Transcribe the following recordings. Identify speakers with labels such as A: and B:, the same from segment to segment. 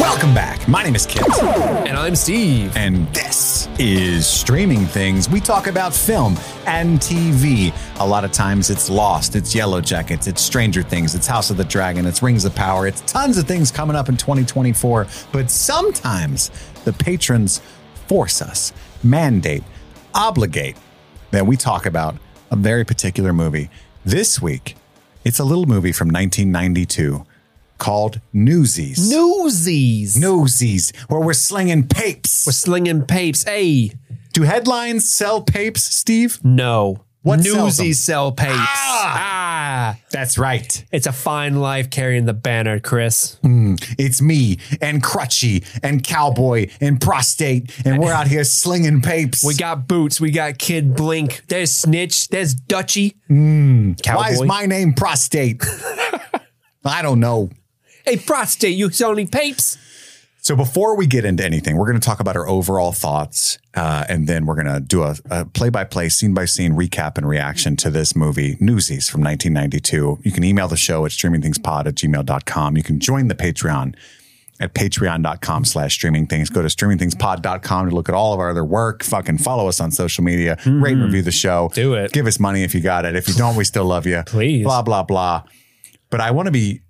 A: Welcome back. My name is Kit,
B: And I'm Steve.
A: and this is Streaming Things. We talk about film and TV. A lot of times it's Lost, it's Yellow Jackets, it's Stranger Things, it's House of the Dragon, it's Rings of Power, it's tons of things coming up in 2024. But sometimes the patrons force us, mandate, obligate that we talk about a very particular movie. This week, it's a little movie from 1992 called Newsies.
B: Newsies.
A: nosies where we're slinging papes.
B: We're slinging papes. Hey,
A: Do headlines sell papes, Steve?
B: no.
A: What sells
B: Newsies sell papes. ah.
A: That's right.
B: It's a fine life carrying the banner, Chris.
A: It's me and Crutchy and Cowboy and Prostate, and we're out here slinging papes.
B: We got Boots. We got Kid Blink. There's Snitch. There's Dutchy. Hmm.
A: Why is
B: Cowboy.
A: my name Prostate? I don't know.
B: hey, prostate, you selling papes?
A: So before we get into anything, we're going to talk about our overall thoughts, uh, and then we're going to do a, a play-by-play, scene-by-scene recap and reaction to this movie, Newsies from 1992. You can email the show at streamingthingspod at gmail.com. You can join the Patreon at patreon.com slash streamingthings. Go to streamingthingspod.com to look at all of our other work. Fucking follow us on social media. Rate and review the show.
B: Mm-hmm. Do it.
A: Give us money if you got it. If you don't, we still love you.
B: Please.
A: Blah, blah, blah. But I want to be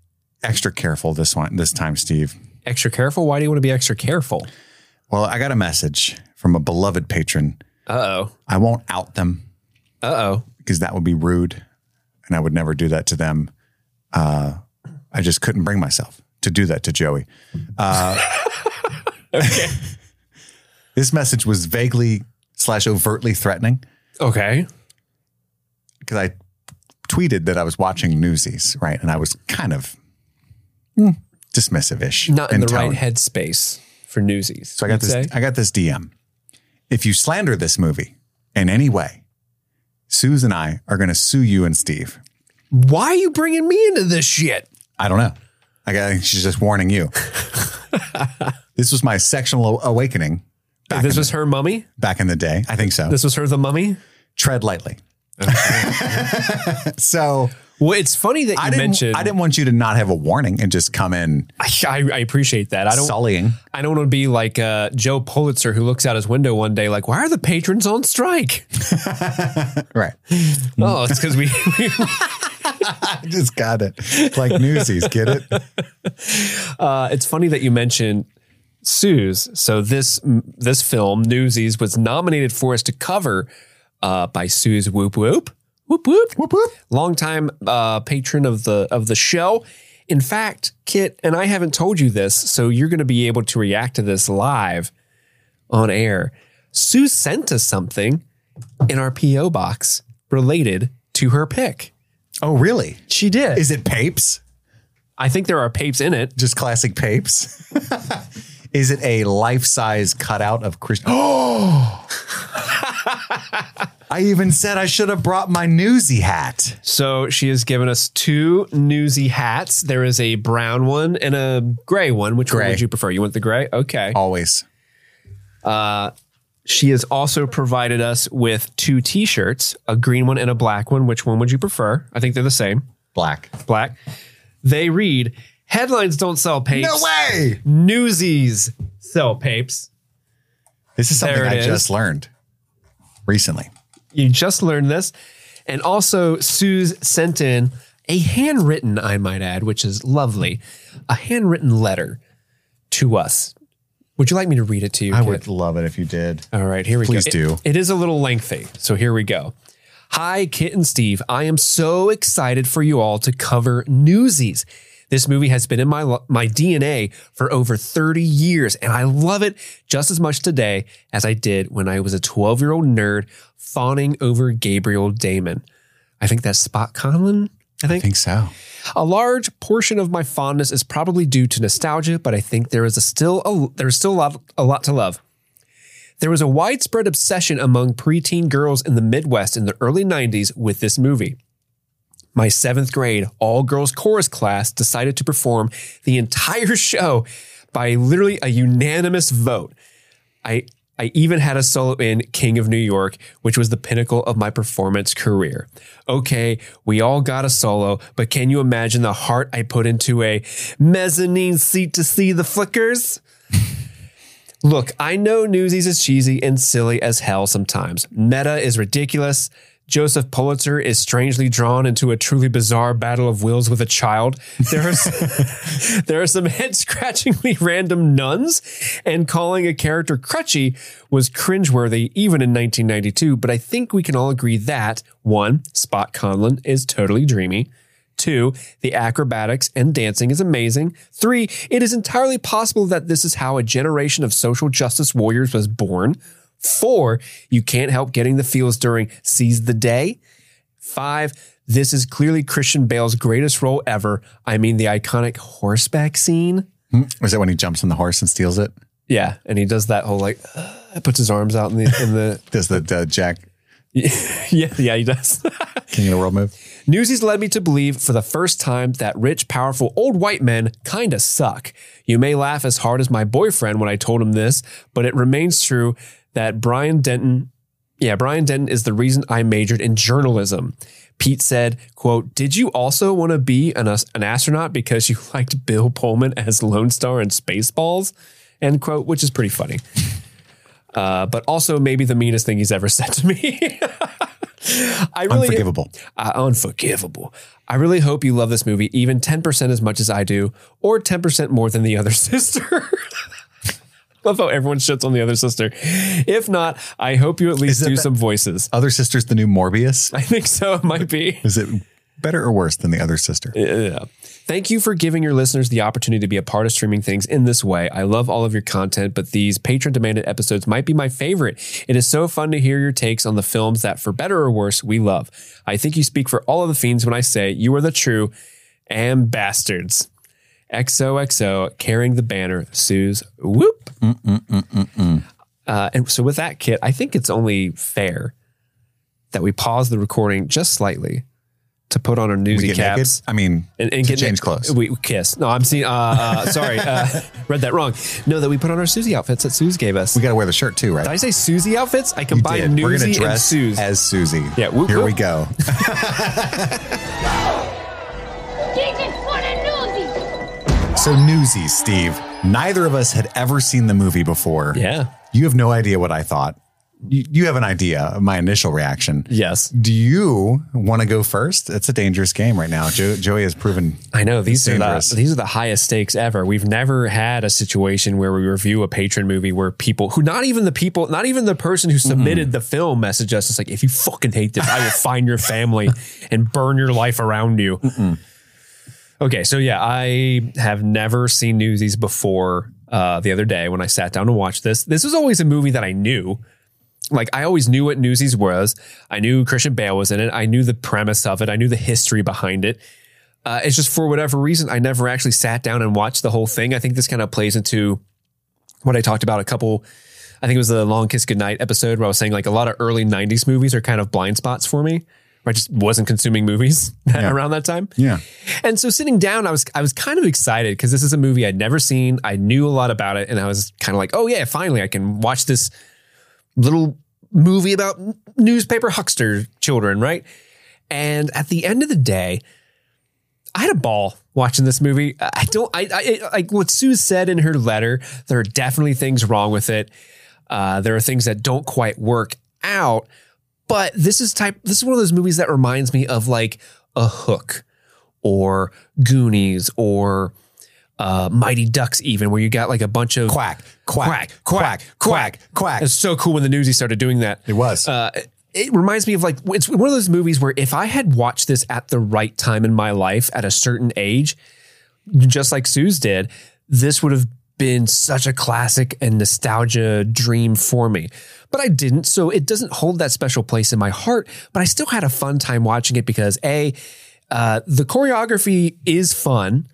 A: extra careful this one this time, Steve.
B: Extra careful? Why do you want to be extra careful?
A: Well, I got a message from a beloved patron.
B: Uh oh.
A: I won't out them
B: Uh oh.
A: because that would be rude and I would never do that to them. Uh, I just couldn't bring myself to do that to Joey. Uh, this message was vaguely slash overtly threatening
B: Okay.
A: because I tweeted that I was watching Newsies, right? And I was kind of mm, dismissive ish.
B: Not in the right headspace for newsies.
A: So I got this. I got this DM. If you slander this movie in any way, Suze and I are going to sue you and Steve.
B: Why are you bringing me into this shit?
A: I don't know. I got. She's just warning you. this was my sexual awakening
B: this was her mummy?
A: back in the day. I think so.
B: This was her the mummy?
A: Tread lightly. so
B: Well, it's funny that you
A: I didn't.
B: mentioned.
A: I didn't want you to not have a warning and just come in
B: I, I appreciate that. I don't.
A: sullying.
B: I don't want to be like uh, Joe Pulitzer who looks out his window one day like, "Why are the patrons on strike?"
A: Right. Mm.
B: oh, it's because we.
A: I just got it. Like newsies. Get it?
B: uh, it's funny that you mentioned Sue's. So this this film Newsies was nominated for us to cover uh, by Sue's Whoop Whoop Whoop Whoop
A: Whoop whoop.
B: longtime uh, patron of the of the show. In fact, Kit and I haven't told you this, so you're going to be able to react to this live on air. Sue sent us something in our PO box related to her pick.
A: Oh, really?
B: She did.
A: Is it papes?
B: I think there are papes in it.
A: just classic papes. Is it a life-size cutout of Christian? Oh! I even said I should have brought my newsy hat.
B: So she has given us two newsy hats. There is a brown one and a gray one. Which one
A: Gray.
B: would you prefer? You want the gray? Okay.
A: Always.
B: She has also provided us with two t shirts, a green one and a black one. Which one would you prefer? I think they're the same.
A: Black.
B: Black. They read Headlines don't sell papes.
A: No way!
B: Newsies sell papes.
A: This is something
B: There it
A: I
B: is.
A: just learned recently.
B: You just learned this. And also, Suze sent in a handwritten, I might add, which is lovely, a handwritten letter to us. Would you like me to read it to you?
A: I
B: Kit?
A: would love it if you did.
B: All right, here we
A: Please
B: go. It-
A: do.
B: it is a little lengthy, so here we go. Hi, Kit and Steve. I am so excited for you all to cover Newsies. This movie has been in my lo- my DNA for over 30 years, and I love it just as much today as I did when I was a 12 year old nerd fawning over Gabriel Damon. I think that's Spot Conlon. I
A: I
B: think.
A: think so.
B: A large portion of my fondness is probably due to nostalgia, but I think there is a still a, there's still a lot, a lot to love. There was a widespread obsession among preteen girls in the Midwest in the early 90s with this movie. My seventh grade all girls chorus class decided to perform the entire show by literally a unanimous vote. I I even had a solo in King of New York, which was the pinnacle of my performance career. Okay, we all got a solo, but can you imagine the heart I put into a mezzanine seat to see the flickers? Look, I know Newsies is cheesy and silly as hell sometimes. Meta is ridiculous. Joseph Pulitzer is strangely drawn into a truly bizarre battle of wills with a child. There are, s- there are some head scratchingly random nuns, and calling a character crutchy was cringeworthy even in 1992. But I think we can all agree that one, Spot Conlon is totally dreamy. Two, the acrobatics and dancing is amazing. Three, it is entirely possible that this is how a generation of social justice warriors was born. Four, you can't help getting the feels during Seize the Day. Five, this is clearly Christian Bale's greatest role ever. I mean, the iconic horseback scene.
A: Was that when he jumps on the horse and steals it?
B: Yeah, and he does that whole like, puts his arms out in the in the
A: Does the uh, Jack
B: yeah yeah he does.
A: King of the World move?
B: Newsies led me to believe for the first time that rich, powerful old white men kinda suck. You may laugh as hard as my boyfriend when I told him this, but it remains true that Brian Denton, yeah, Brian Denton is the reason I majored in journalism. Pete said, quote, Did you also want to be an, an astronaut because you liked Bill Pullman as Lone Star in Spaceballs? End quote, which is pretty funny. Uh, but also maybe the meanest thing he's ever said to me. I really
A: Unforgivable.
B: uh, unforgivable. I really hope you love this movie even 10% as much as I do, or 10% more than the other sister. love how everyone shits on the other sister. If not, I hope you at least
A: Is it
B: do
A: that-
B: some voices.
A: Other sister's the new Morbius.
B: I think so. It might be.
A: Is it better or worse than the other sister?
B: Yeah. Thank you for giving your listeners the opportunity to be a part of streaming things in this way. I love all of your content, but these patron demanded episodes might be my favorite. It is so fun to hear your takes on the films that, for better or worse, we love. I think you speak for all of the fiends when I say you are the true and bastards. XOXO carrying the banner, Sue's whoop. Uh, and so, with that, Kit, I think it's only fair that we pause the recording just slightly to put on our
A: We
B: newsy
A: get
B: caps
A: naked. I mean,
B: and, and
A: to
B: get
A: change clothes.
B: We kiss. No, I'm seeing. Uh, uh, sorry, uh, read that wrong. No, that we put on our Susie outfits that Suze gave us.
A: We got to wear the shirt too, right?
B: Did I say Susie outfits? I
A: You
B: combined
A: did. We're
B: Newsy
A: gonna
B: and
A: dress
B: Suze.
A: as Susie.
B: Yeah, whoop,
A: Here we
B: whoop.
A: go.
C: Jesus, what a newsie!
A: So newsy, Steve. Neither of us had ever seen the movie before.
B: yeah.
A: You have no idea what I thought. You, you have an idea of my initial reaction.
B: Yes.
A: Do you want to go first? It's a dangerous game right now. Jo- Joey has proven
B: I know these are
A: dangerous.
B: the these are the highest stakes ever. We've never had a situation where we review a patron movie where people who not even the people, not even the person who submitted the film message us. It's like if you fucking hate this, I will find your family and burn your life around you. Okay, so yeah, I have never seen Newsies before. Uh, the other day when I sat down to watch this, this was always a movie that I knew. Like I always knew what Newsies was. I knew Christian Bale was in it. I knew the premise of it. I knew the history behind it. Uh, it's just for whatever reason, I never actually sat down and watched the whole thing. I think this kind of plays into what I talked about a couple. I think it was the Long Kiss Goodnight episode where I was saying like a lot of early '90s movies are kind of blind spots for me. Where I just wasn't consuming movies around that time.
A: Yeah.
B: And so sitting down, I was I was kind of excited because this is a movie I'd never seen. I knew a lot about it, and I was kind of like, oh yeah, finally I can watch this little movie about n- newspaper huckster children, right? And at the end of the day, I had a ball watching this movie. I I don't, I, I it- like what Sue said in her letter. There are definitely things wrong with it. Uh, there are things that don't quite work out. But this is type. This is one of those movies that reminds me of like a Hook or Goonies or uh, Mighty Ducks, even where you got like a bunch of
A: quack, quack, quack, quack, quack, quack.
B: It's so cool when the newsie started doing that.
A: It was.
B: Uh, it reminds me of like it's one of those movies where if I had watched this at the right time in my life at a certain age, just like Sue's did, this would have been such a classic and nostalgia dream for me. But I didn't, so it doesn't hold that special place in my heart. But I still had a fun time watching it because a uh, the choreography is fun.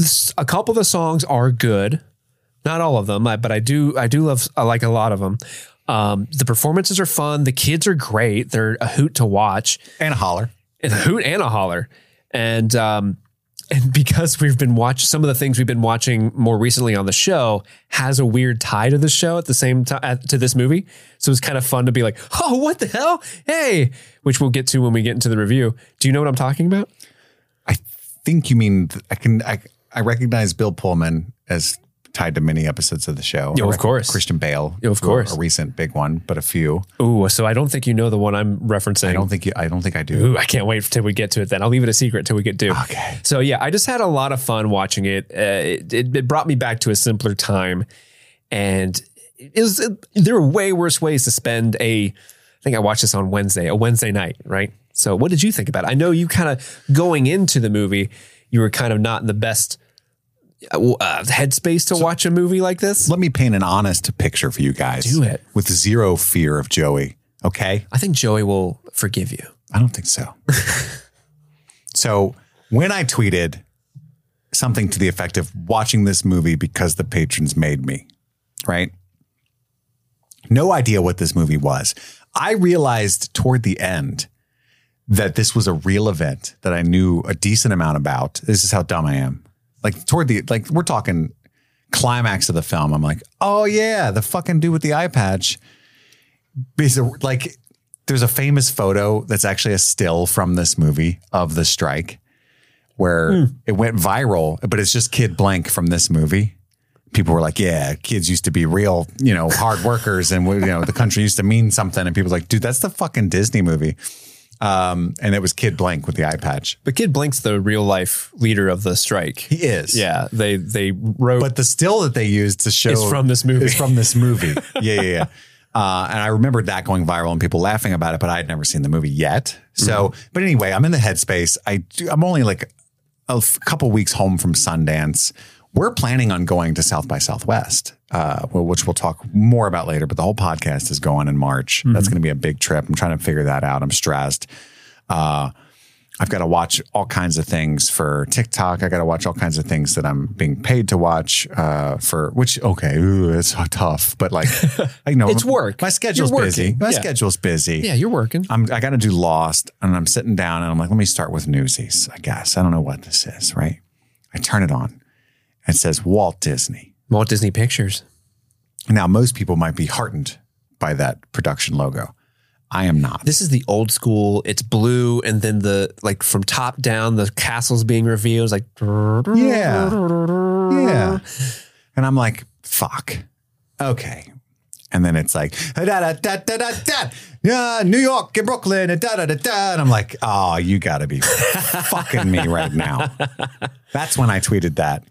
B: S- A couple of the songs are good not all of them, I- but I do I do love I like a lot of them. Um, the performances are fun. The kids are great. They're a hoot to watch,
A: and a holler.
B: and a hoot and a holler. And um, and because we've been watching some of the things we've been watching more recently on the show has a weird tie to the show at the same time to this movie so it's kind of fun to be like oh what the hell hey which we'll get to when we get into the review do you know what i'm talking about
A: I think you mean I can I I recognize Bill Pullman as tied to many episodes of the show.
B: Yeah, of course.
A: Christian Bale.
B: Yeah, of
A: who-
B: course.
A: A recent big one, but a few.
B: ooh so i don't think you know the one i'm referencing
A: I don't think you I don't think I do.
B: Ooh, I can't wait till we get to it. Then I'll leave it a secret till we get to.
A: Okay.
B: So yeah, I just had a lot of fun watching it. Uh, it, it, it brought me back to a simpler time, and it was it, there were way worse ways to spend a. I think I watched this on Wednesday, a Wednesday night, right? So what did you think about it? I know you kind of going into the movie, you were kind of not in the best uh, uh, headspace to watch a movie like this.
A: Let me paint an honest picture for you guys.
B: Do it.
A: With zero fear of Joey. Okay?
B: I think Joey will forgive you.
A: I don't think so. so when I tweeted something to the effect of watching this movie because the patrons made me, right? No idea what this movie was. I realized toward the end that this was a real event that I knew a decent amount about. This is how dumb I am. Like toward the like we're talking climax of the film. I'm like, oh yeah, the fucking dude with the eye patch is a, like there's a famous photo that's actually a still from this movie of the strike where it went viral, but it's just kid blank from this movie. People were like, yeah, kids used to be real, you know, hard workers and we- you know, the country used to mean something. And people were like, dude, that's the fucking Disney movie. Um, and it was kid blank with the eye patch.
B: But Kid Blink's the real life leader of the strike.
A: He is.
B: Yeah, they they wrote
A: But the still that they used to show
B: Is from this movie.
A: is from this movie. yeah, yeah, yeah. Uh, and I remembered that going viral and people laughing about it, but I had never seen the movie yet. So,
B: Mm-hmm.
A: but anyway, I'm in the headspace. I do, I'm only like a f- couple weeks home from Sundance. We're planning on going to South by Southwest, uh, well, which we'll talk more about later. But the whole podcast is going in March.
B: Mm-hmm.
A: That's going to be a big trip. I'm trying to figure that out. I'm stressed. Uh, I've got to watch all kinds of things for TikTok. I got to watch all kinds of things that I'm being paid to watch uh, for. Which okay, ooh, it's so tough, but like I know
B: It's work.
A: My schedule's
B: You're
A: busy.
B: working.
A: My
B: Yeah.
A: schedule's busy.
B: Yeah, you're working.
A: I'm, I got to do Lost, and I'm sitting down, and I'm like, let me start with Newsies. I guess I don't know what this is, right? I turn it on. It says Walt Disney.
B: Walt Disney Pictures.
A: Now, most people might be heartened by that production logo. I am not.
B: This is the old school. It's blue, and then the like from top down, the castle's being revealed. It's like
A: Yeah. Yeah. And I'm like, fuck. Okay. And then it's like, da da da da da da. Yeah, New York and Brooklyn and da da da da. And I'm like, oh, you gotta be fucking me right now. That's when I tweeted that.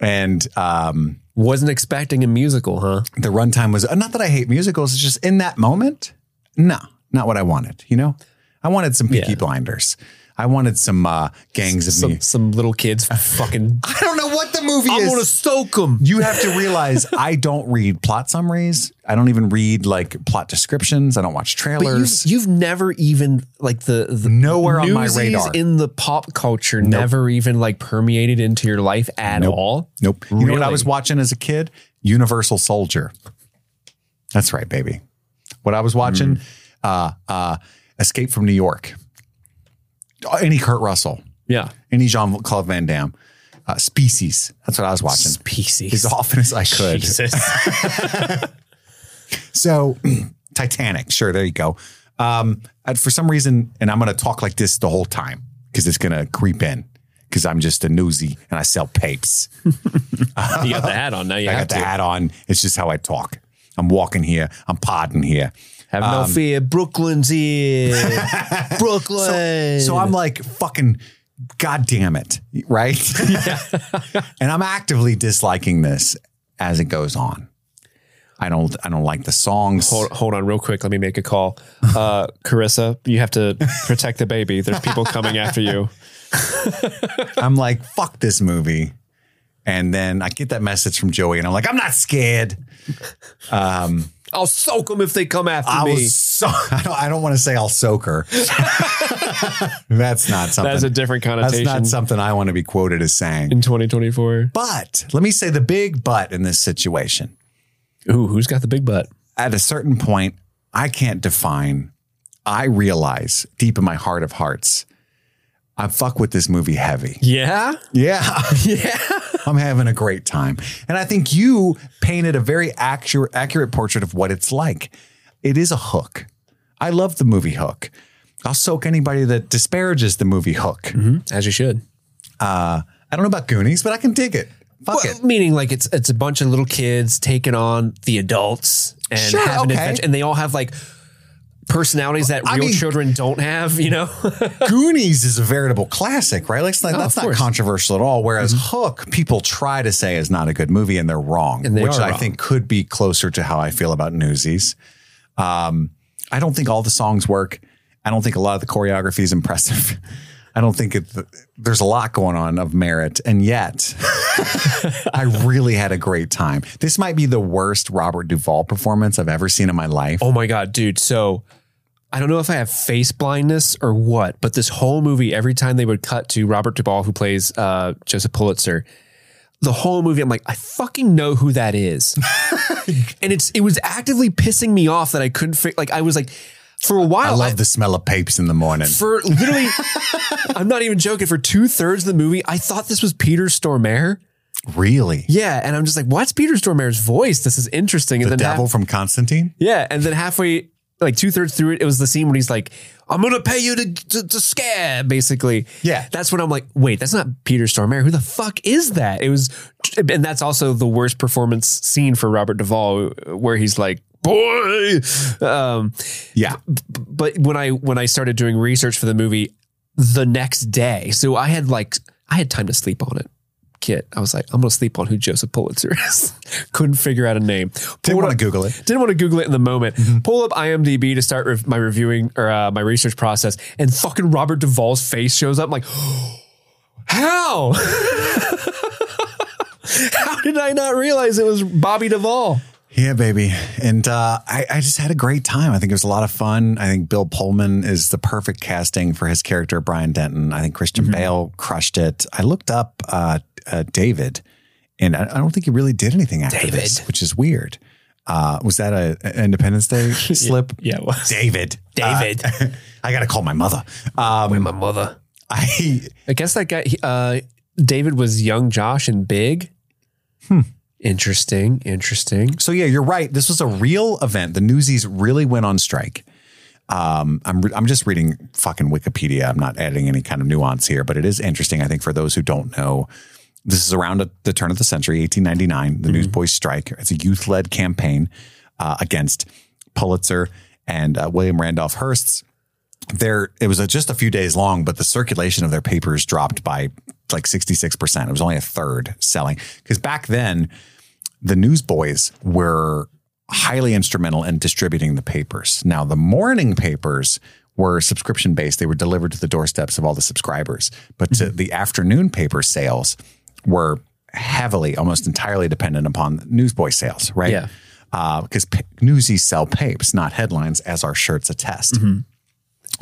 A: And um,
B: wasn't expecting a musical, huh?
A: the runtime was not that I hate musicals, it's just in that moment, no, not what I wanted, you know? I wanted some Peaky
B: Yeah.
A: Blinders. I wanted some uh, gangs of
B: Some
A: me.
B: some little kids fucking.
A: I don't know what the movie
B: I
A: is.
B: want to soak them.
A: you have to realize I don't read plot summaries. I don't even read like plot descriptions. I don't watch
B: But
A: trailers.
B: you've, you've never even like the, the
A: Nowhere on my
B: Newsies
A: radar.
B: in the pop culture never even like permeated into your life at all.
A: nope. You know what I
B: Really?
A: was watching as a kid? Universal Soldier. That's right, baby. What I was watching?
B: Hmm.
A: Uh, uh, Escape from New York. Any Kurt Russell.
B: Yeah,
A: Any Jean Claude Van Damme. Uh, Species. That's what I was watching
B: species.
A: as often as I could.
B: Jesus.
A: So Titanic, sure, there you go. Um, and for some reason, and I'm going to talk like this the whole time because it's going to creep in because I'm just a newsie and I sell papes.
B: you got the hat on now. You
A: I
B: have
A: got the
B: to
A: hat on. It's just how I talk. I'm walking here. I'm podding here.
B: have
A: Um,
B: no fear. Brooklyn's here. Brooklyn.
A: So I'm like fucking. God damn it. Right. and I'm actively disliking this as it goes on. I don't, I don't like the songs.
B: Hold, hold on real quick. Let me make a call. Uh, Carissa, you have to protect the baby. There's people coming after you.
A: I'm like, fuck this movie. And then I get that message from Joey, and I'm like, I'm not scared.
B: I'll soak them if they come after
A: I
B: me.
A: was so I don't, I don't want to say I'll soak her. that's not something.
B: That's a different
A: That's
B: connotation
A: not something I want to be quoted as saying.
B: in 2024.
A: But let me say the big but in this situation.
B: Ooh, who's got the big butt?
A: At a certain point, I can't define. I realize deep in my heart of hearts, I fuck with this movie heavy.
B: Yeah.
A: Yeah.
B: Yeah.
A: I'm having a great time. And I think you painted a very actu- accurate portrait of what it's like. It is a hook. I love the movie Hook. I'll soak anybody that disparages the movie Hook.
B: As you should.
A: Uh, I don't know about Goonies, but I can dig it. Fuck
B: Well,
A: it.
B: meaning like it's it's a bunch of little kids taking on the adults and
A: Sure,
B: have an
A: okay.
B: adventure, and they all have like personalities that
A: I
B: real
A: mean-
B: children don't have. You know,
A: Goonies is a veritable classic, right? Like, it's not- that's
B: Oh, of
A: not
B: course. Mm-hmm.
A: controversial at all. Whereas Hook, people try to say is not a good movie, and they're wrong,
B: And they
A: which
B: are
A: I
B: wrong.
A: think could be closer to how I feel about Newsies. Um, I don't think all the songs work. I don't think a lot of the choreography is impressive. I don't think it, there's a lot going on of merit, and yet I really had a great time. This might be the worst Robert Duvall performance I've ever seen in my life.
B: oh my god, dude. So I don't know if I have face blindness or what, but this whole movie, every time they would cut to Robert Duvall, who plays uh, Joseph Pulitzer, the whole movie, I'm like, I fucking know who that is, and it's it was actively pissing me off that I couldn't fi- like I was like. For a
A: I
B: while,
A: love the smell of papes in the morning.
B: for literally, I'm not even joking. For two thirds of the movie, I thought this was Peter Stormare.
A: Really,
B: Yeah, and I'm just like, what's Peter Stormare's voice? This is interesting. And
A: the
B: then half-
A: devil from Constantine.
B: yeah, and then halfway, like two thirds through it, it was the scene when he's like, "I'm gonna pay you to to, to scare," basically.
A: Yeah.
B: that's when I'm like, wait, that's not Peter Stormare. Who the fuck is that? It was, and that's also the worst performance scene for Robert Duvall, where he's like, "Boy," um,
A: Yeah.
B: but when I when I started doing research for the movie the next day, so I had like I had time to sleep on it. Kit, I was like, I'm gonna sleep on who Joseph Pulitzer is. Couldn't figure out a name.
A: Didn't
B: Pulled
A: want
B: up-
A: to Google it.
B: Didn't want to Google it in the moment. Pull up IMDb to start rev- my reviewing or uh, my research process, and fucking Robert Duvall's face shows up. I'm like, how? how did I not realize it was Bobby Duvall?
A: Yeah, baby. And uh, I, I just had a great time. I think it was a lot of fun. I think Bill Pullman is the perfect casting for his character, Brian Denton. I think Christian Bale crushed it. I looked up uh, uh, David, and I, I don't think he really did anything after
B: David.
A: this, which is weird. Uh, was that a, a Independence Day slip?
B: Yeah, it was.
A: David.
B: David.
A: Uh, I got to call my mother. Um,
B: my mother.
A: I
B: I guess that guy, he- uh, David was young Josh and big. Hmm. Interesting. Interesting.
A: So yeah, you're right. This was a real event. The Newsies really went on strike. Um, I'm re- I'm just reading fucking Wikipedia. I'm not adding any kind of nuance here, but it is interesting. I think for those who don't know, this is around the turn of the century, 1899. The Newsboys strike. It's a youth led campaign uh, against Pulitzer and uh, William Randolph Hearst's their it was a, just a few days long, but the circulation of their papers dropped by like 66%. It was only a third selling. Because back then, the newsboys were highly instrumental in distributing the papers. Now, the morning papers were subscription based, they were delivered to the doorsteps of all the subscribers. But to the afternoon paper sales were heavily, almost entirely dependent upon newsboy sales, right?
B: Yeah.
A: Because p- newsies sell papes, not headlines, as our shirts attest.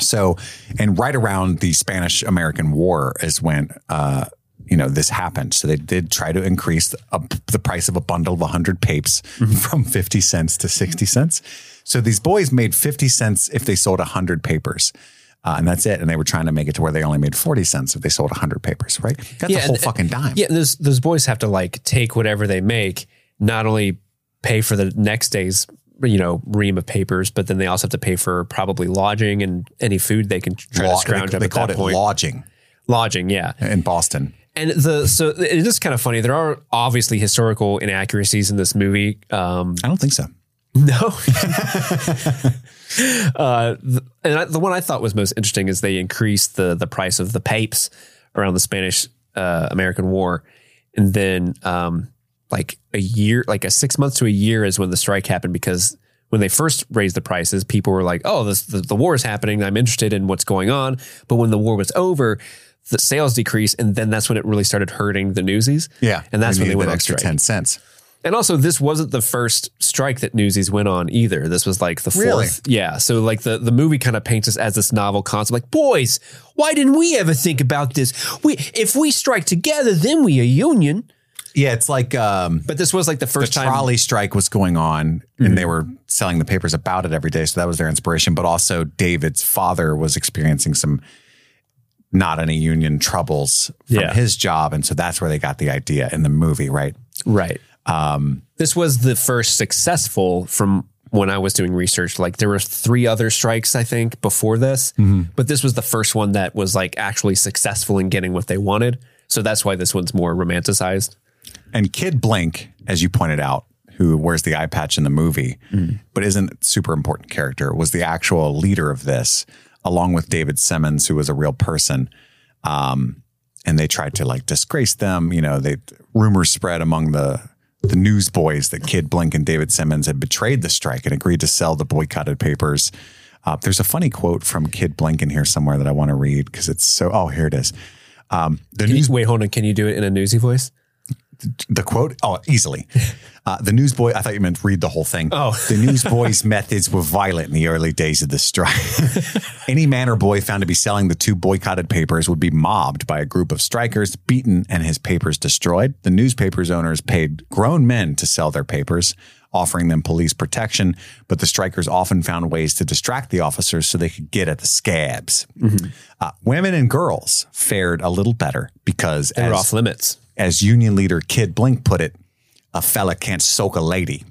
A: So, and right around the Spanish American War is when, uh, you know, this happened. So they did try to increase a, the price of a bundle of 100 papes from 50 cents to 60 cents. So these boys made 50 cents if they sold 100 papers. Uh, and that's it. And they were trying to make it to where they only made 40 cents if they sold 100 papers, right? That's a
B: Yeah,
A: whole
B: and-
A: fucking dime.
B: Yeah. And those, those boys have to like take whatever they make, not only pay for the next day's, you know, ream of papers, but then they also have to pay for probably lodging and any food they can try
A: Law-
B: to scrounge
A: they,
B: up
A: they
B: at
A: called
B: that
A: it
B: point.
A: lodging
B: lodging. Yeah.
A: in Boston.
B: And the, so it is kind of funny. There are obviously historical inaccuracies in this movie. Um,
A: I don't think so.
B: No. uh, th- and I, the one I thought was most interesting is they increased the the price of the papes around the Spanish uh, American War, and then um, like a year, like a six months to a year is when the strike happened because when they first raised the prices, people were like, "Oh, this, the, the war is happening. I'm interested in what's going on." But when the war was over. The sales decreased, and then that's when it really started hurting the newsies.
A: Yeah.
B: and that's when they
A: needed
B: went
A: that
B: on
A: extra
B: strike.
A: 10 cents.
B: And also, this wasn't the first strike that Newsies went on either. This was like the fourth.
A: Really?
B: Yeah. So, like, the, the movie kind of paints us as this novel concept. Like, boys, why didn't we ever think about this? We If we strike together, then we a union.
A: Yeah. It's like, um,
B: But this was like the first
A: the
B: time. Mm-hmm.
A: trolley strike was going on and they were selling the papers about it every day so that was their inspiration but also david's father was experiencing some not any union troubles from
B: Yeah.
A: his job. And so that's where they got the idea in the movie, right?
B: Right. Um, this was the first successful from when I was doing research. Like there were three other strikes, I think, before this,
A: Mm-hmm.
B: but this was the first one that was like actually successful in getting what they wanted. So that's why this one's more romanticized.
A: And Kid Blink, as you pointed out, who wears the eye patch in the movie, but isn't a super important character, was the actual leader of this, along with David Simmons, who was a real person. Um, and they tried to like disgrace them. You know, they rumors spread among the the newsboys that Kid Blink and David Simmons had betrayed the strike and agreed to sell the boycotted papers. Uh, there's a funny quote from Kid Blink in here somewhere that I want to read because it's so. Oh, here it is. Um, the
B: Can
A: news
B: you, wait, hold on. Can you do it in a newsy voice?
A: the quote? Oh, easily. Uh, the newsboy, I thought you meant read the whole thing.
B: Oh.
A: The newsboy's methods were violent in the early days of the strike. Any man or boy found to be selling the two boycotted papers would be mobbed by a group of strikers, beaten, and his papers destroyed. The newspaper's owners paid grown men to sell their papers, offering them police protection, but the strikers often found ways to distract the officers so they could get at the scabs.
B: Mm-hmm.
A: Uh, women and girls fared a little better because
B: They're
A: as
B: off limits.
A: as union leader Kid Blink put it, a fella can't soak a lady.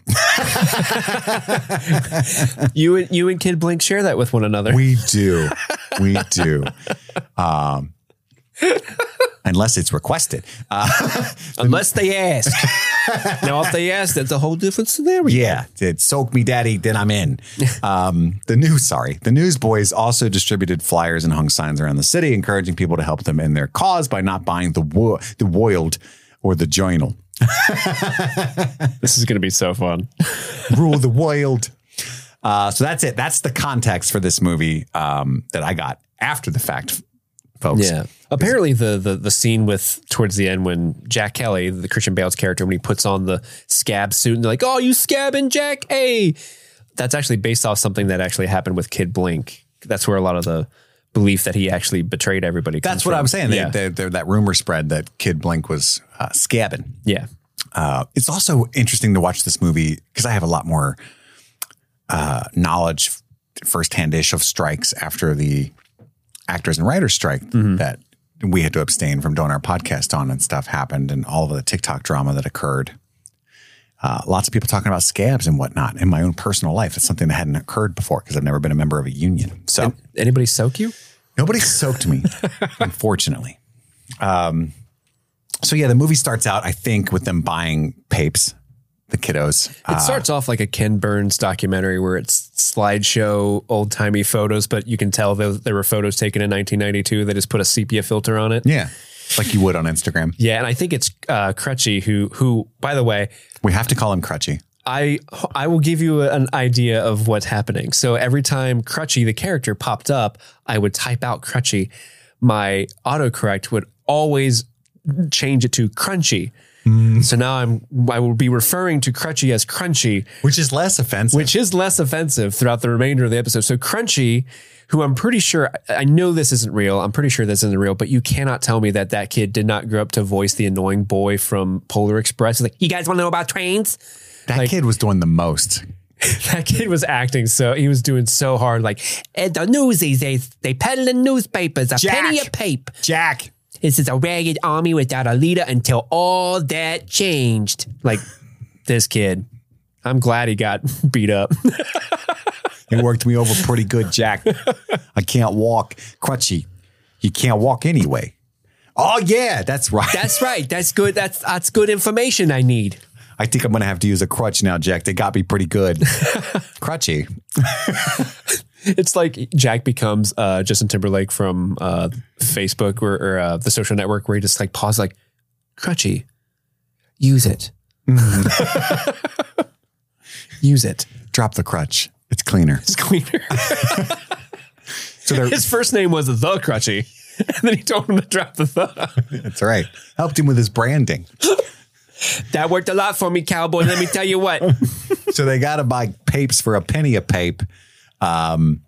B: You and you and Kid Blink share that with one another.
A: We do. we do. Um, unless it's requested. Uh,
B: Unless they ask. now, if they ask, that's a whole different scenario.
A: Yeah, did soak me, daddy. Then I'm in. Um, the news, sorry, the newsboys also distributed flyers and hung signs around the city, encouraging people to help them in their cause by not buying the wo- the Wild or the Journal.
B: This is going to be so fun.
A: Rule the Wild. Uh, so that's it. That's the context for this movie um, that I got after the fact, folks.
B: Yeah. Apparently, the, the the scene with towards the end when Jack Kelly, the Christian Bale's character, when he puts on the scab suit and they're like, "Oh, you scabbing Jack?" Hey, that's actually based off something that actually happened with Kid Blink. That's where a lot of the belief that he actually betrayed everybody.
A: That's
B: comes
A: what
B: from.
A: I was saying. They,
B: Yeah.
A: they, they, that rumor spread that Kid Blink was uh, scabbing.
B: yeah.
A: Uh, it's also interesting to watch this movie because I have a lot more uh, knowledge firsthand ish of strikes after the actors and writers strike that we had to abstain from doing our podcast on and stuff happened and all of the TikTok drama that occurred. Uh, lots of people talking about scabs and whatnot in my own personal life. It's something that hadn't occurred before because I've never been a member of a union. So
B: Anybody soak you?
A: Nobody soaked me, unfortunately. Um, so yeah, the movie starts out, I think, with them buying papes, the kiddos.
B: It
A: Uh,
B: starts off like a Ken Burns documentary where it's slideshow, old timey photos, but you can tell there, there were photos taken in 1992. They just put a sepia filter on it.
A: yeah, like you would on Instagram.
B: Yeah, and I think it's uh, Crutchy who who. By the way,
A: We have to call him Crutchy.
B: I I will give you an idea of what's happening. So every time Crutchy, the character, popped up, I would type out Crutchy. My autocorrect would always change it to Crunchy.
A: Mm.
B: So now I'm I will be referring to Crutchy as Crunchy,
A: Which is less offensive.
B: which is less offensive throughout the remainder of the episode. So Crunchy, who I'm pretty sure I know this isn't real. I'm pretty sure this isn't real, but you cannot tell me that that kid did not grow up to voice the annoying boy from Polar Express. Like, you guys want to know about trains?
A: that kid was doing the most.
B: that kid was acting so he was doing so hard like at the newsies they they peddling newspapers a
A: Jack.
B: penny a pape
A: Jack.
B: this is a ragged army without a leader until all that changed like this kid i'm glad he got beat up
A: You worked me over pretty good, Jack. I can't walk. Crutchy, you can't walk anyway. Oh yeah, that's right.
B: that's right that's good that's that's good information i need
A: I think I'm gonna have to use a crutch now, Jack. They got me pretty good. Crutchy.
B: it's like jack becomes uh justin timberlake from uh facebook or, or uh, the social network where he just like pauses like crutchy use it use it
A: Drop the crutch. It's cleaner.
B: cleaner.
A: So they're,
B: His first name was The Crutchy. And then he told him to drop the the.
A: That's right. Helped him with his branding.
B: That worked a lot for me, cowboy. Let me tell you what.
A: so they got to buy papes for a penny a pape. Um,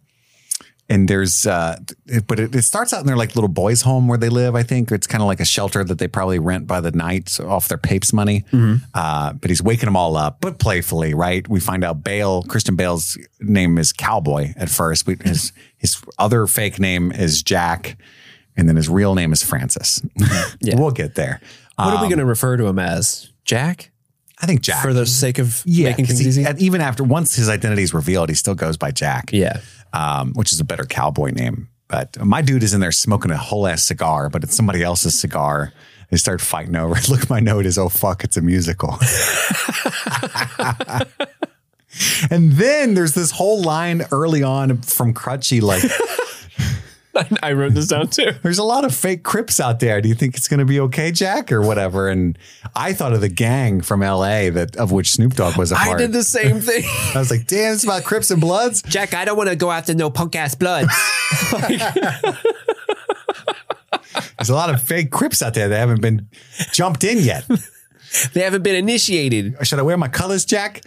A: and there's, uh, it- but it, it starts out in their like little boys' home where they live. I think it's kind of like a shelter that they probably rent by the night so off their papes money.
B: Mm-hmm.
A: Uh, but he's waking them all up, but playfully, right? We find out Bale, Christian Bale's name is Cowboy at first. We, his his other fake name is Jack. and then his real name is Francis.
B: Mm-hmm. Yeah.
A: we'll get there.
B: What are we
A: Um,
B: going to refer to him as? Jack?
A: I think Jack.
B: For the sake of
A: yeah,
B: making
A: 'cause
B: things
A: he-
B: easy?
A: and even after once his identity is revealed, he still goes by Jack.
B: yeah.
A: um, which is a better cowboy name. But my dude is in there smoking a whole ass cigar, but it's somebody else's cigar. They start fighting over it. Look, at my note is oh fuck, it's a musical. and then there's this whole line early on from Crutchy, like
B: I wrote this down too.
A: there's a lot of fake Crips out there. Do you think it's going to be okay, Jack, or whatever? And I thought of the gang from L.A. that of which Snoop Dogg was a
B: I
A: part.
B: did the same thing.
A: I was like, damn, it's about Crips and Bloods.
B: Jack, I don't want to go after no punk ass bloods.
A: There's a lot of fake Crips out there that haven't been jumped in yet.
B: they haven't been initiated.
A: should I wear my colors, Jack?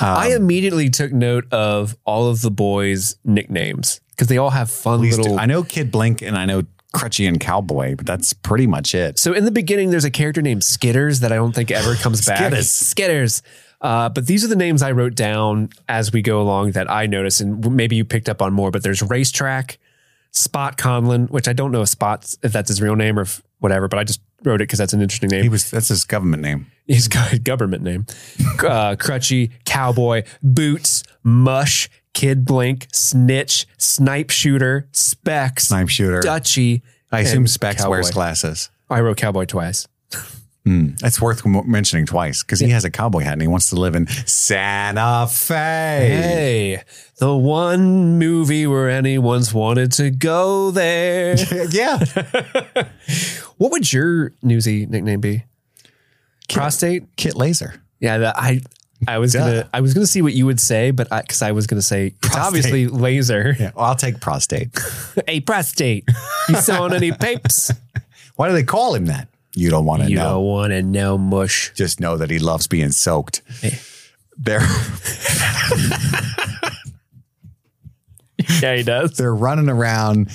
A: Um,
B: I immediately took note of all of the boys' nicknames because they all have fun
A: Please do.
B: little.
A: I know Kid Blink and I know Crutchy and Cowboy, but that's pretty much it.
B: So in the beginning, there's a character named Skitters that I don't think ever comes back.
A: Skitters.
B: Skitters. Uh, but these are the names I wrote down as we go along that I noticed, and w- maybe you picked up on more. But there's racetrack, Spot Conlon, which I don't know if Spot if that's his real name or if whatever, but I just wrote it because that's an interesting name.
A: He was that's his government name.
B: He's got a government name. Uh, crutchy, cowboy, boots, mush, kid blink, snitch, snipe shooter, specs,
A: Snipe shooter.
B: duchy.
A: I assume
B: and
A: Specs
B: cowboy.
A: wears glasses.
B: I wrote cowboy twice.
A: Hmm. That's worth m- mentioning twice because he has a cowboy hat and he wants to live in Santa Fe.
B: Hey, the one movie where anyone's wanted to go there.
A: Yeah.
B: what would your newsy nickname be? Prostate?
A: Kit Laser.
B: Yeah, that, I I was
A: Duh.
B: gonna I was gonna see what you would say, but I because I was gonna say it's
A: Prostate.
B: obviously laser.
A: Yeah. Well, I'll take prostate.
B: a prostate. You selling any papes?
A: Why do they call him that? You don't want to
B: You
A: know.
B: don't want to know mush.
A: Just know that he loves being soaked. They're
B: Yeah, he does.
A: they're running around.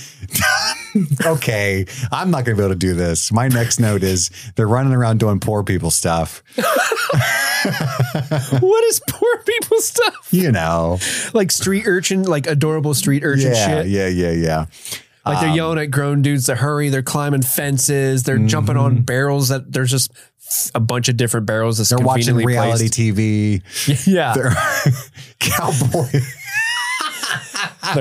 A: okay, I'm not going to be able to do this. My next note is they're running around doing poor people stuff.
B: what is poor people stuff?
A: You know,
B: Like street urchin, like adorable street urchin
A: yeah, um,
B: shit.
A: yeah, yeah, yeah.
B: Like they're yelling at grown dudes to hurry. They're climbing fences.
A: Mm-hmm.
B: They're jumping on barrels that there's just a bunch of different barrels. That's
A: They're watching
B: conveniently
A: reality TV.
B: placed. Yeah, they're,
A: They're cowboy.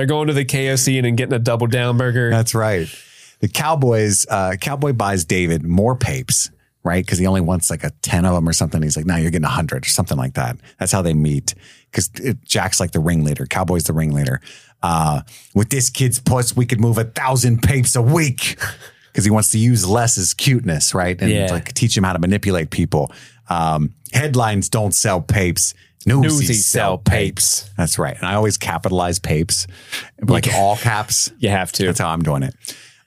B: going to the KFC and then getting a double down burger.
A: That's right. The Cowboys. Uh, cowboy buys David more papes, right? Because he only wants like a ten of them or something. He's like, "No, you're getting a hundred or something like that." That's how they meet. Because Jack's like the ringleader. Cowboy's the ringleader. Uh, with this kid's puss, we could move a thousand papes a week. Because he wants to use less as cuteness, right? And
B: Yeah.
A: like teach him how to manipulate people. Um, headlines don't sell papes. Newsies,
B: Newsies
A: sell
B: sell
A: papes.
B: papes.
A: That's right. And I always capitalize papes, like all caps.
B: You have to.
A: That's how I'm doing it.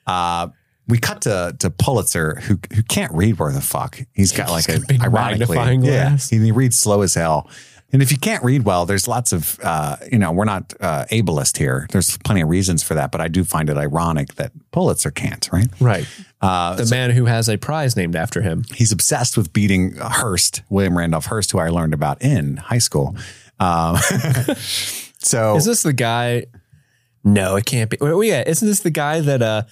A: Uh, we cut to to Pulitzer, who who can't read worth a fuck. He's got like a
B: big
A: ironically,
B: magnifying glass.
A: Yeah, he, he reads slow as hell. And if you can't read well, there's lots of uh, you know we're not uh, ableist here. There's plenty of reasons for that, but I do find it ironic that Pulitzer can't. Right?
B: right.
A: Uh,
B: the man who has a prize named after him.
A: He's obsessed with beating Hearst, William Randolph Hearst, who I learned about in high school. Um, so
B: Is this the guy? No, it can't be. Well, yeah, isn't this the guy that uh,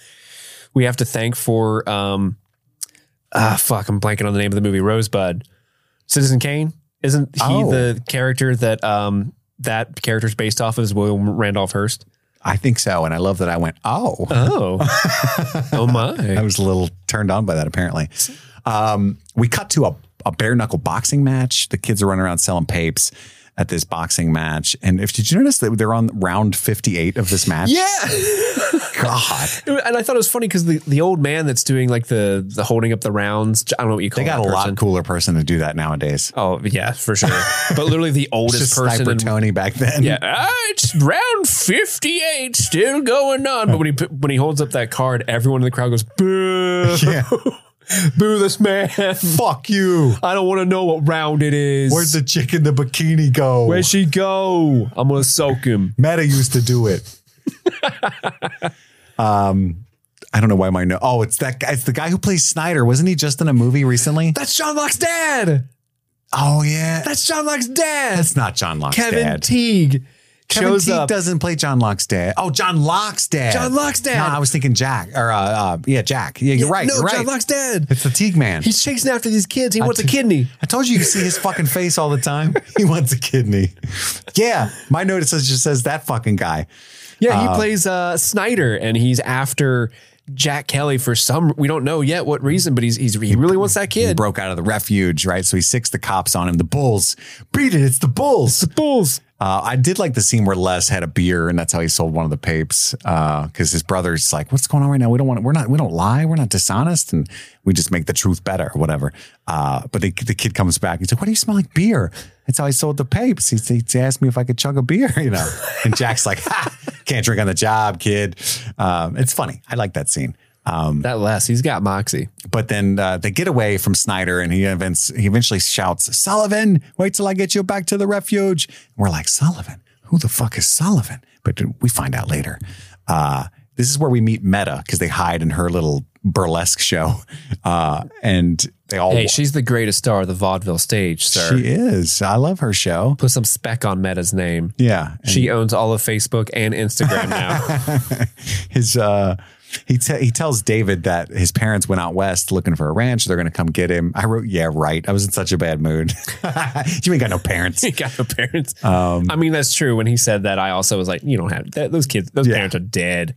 B: we have to thank for? Um, ah, fuck, I'm blanking on the name of the movie. Rosebud, Citizen Kane. Isn't he
A: Oh.
B: the character that um, that character's based off of? Is William Randolph Hearst?
A: I think so, and I love that I went. Oh,
B: Oh, oh
A: I
B: my!
A: was a little turned on by that apparently. Um, we cut to a, a bare knuckle boxing match. The kids are running around selling papes at this boxing match. And if did you notice that they're on round 58 of this match? God.
B: and I thought it was funny because the, the old man that's doing like the the holding up the rounds. I don't know what you call.
A: They got a
B: that
A: lot
B: person.
A: cooler person to do that nowadays.
B: Oh yeah, for sure. But literally the
A: It's
B: oldest
A: just
B: person
A: Sniper
B: in
A: Tony back then.
B: Yeah, ah, it's round fifty-eight, still going on. But when he put- when he holds up that card, everyone in the crowd goes boo,
A: Yeah.
B: boo this man.
A: Fuck you.
B: I don't want to know what round it is.
A: Where'd the chick in the bikini go?
B: Where'd she go? I'm gonna soak him.
A: Meta used to do it. um, I don't know why my no. Oh, it's that guy. It's the guy who plays Snyder. Wasn't he just in a movie recently?
B: That's John Locke's dad.
A: Oh yeah,
B: That's John Locke's dad.
A: That's not John Locke's
B: Kevin
A: dad.
B: Teague.
A: Kevin
B: shows
A: Teague
B: up.
A: doesn't play John Locke's dad. Oh, John Locke's dad.
B: John Locke's dad.
A: No, I was thinking Jack or uh, uh yeah, Jack. Yeah, you're right.
B: No,
A: you're right.
B: John Locke's dead.
A: It's the Teague man.
B: He's chasing after these kids. He wants a
A: t-
B: kidney.
A: I told you you could see his fucking face all the time. He wants a kidney. Yeah, my notice just says that fucking guy.
B: Yeah,
A: Um,
B: he plays uh, Snyder, and he's after Jack Kelly for some we don't know yet what reason, but he's, he's he really wants that
A: He
B: kid.
A: broke out of the refuge, right? So he sicks the cops on him. The Bulls beat it. It's the Bulls.
B: Bulls.
A: Uh, I did like the scene where Les had a beer, and that's how he sold one of the papes. Because his brother's like, "What's going on right now? We don't want. We're not. We don't lie. We're not dishonest, and we just make the truth better, or whatever." Uh, but the, the kid comes back. He's like, "What do you smell like beer?" That's how I sold the papes. He, he asked me if I could chug a beer, you know. And Jack's like, ha, "Can't drink on the job, kid." Um, it's funny. I like that scene. Um,
B: That less. He's got moxie.
A: But then uh, they get away from Snyder, and he events, he eventually shouts, "Sullivan, wait till I get you back to the refuge." And we're like, "Sullivan, who the fuck is Sullivan?" But we find out later. Uh, this is where we meet Meta because they hide in her little burlesque show, uh, and they all
B: Hey, she's the greatest star of the vaudeville stage, sir.
A: Oh, she is. I love her show.
B: Put some speck on Meta's name.
A: Yeah,
B: She owns all of Facebook and Instagram now.
A: his uh he, te- he tells David that his parents went out west looking for a ranch. They're going to come get him. I wrote, yeah, right. I was in such a bad mood. you ain't got no parents.
B: he got no parents.
A: Um,
B: I mean, that's true. When he said that, I also was like, you don't have that, those kids. Those
A: Yeah.
B: parents are dead.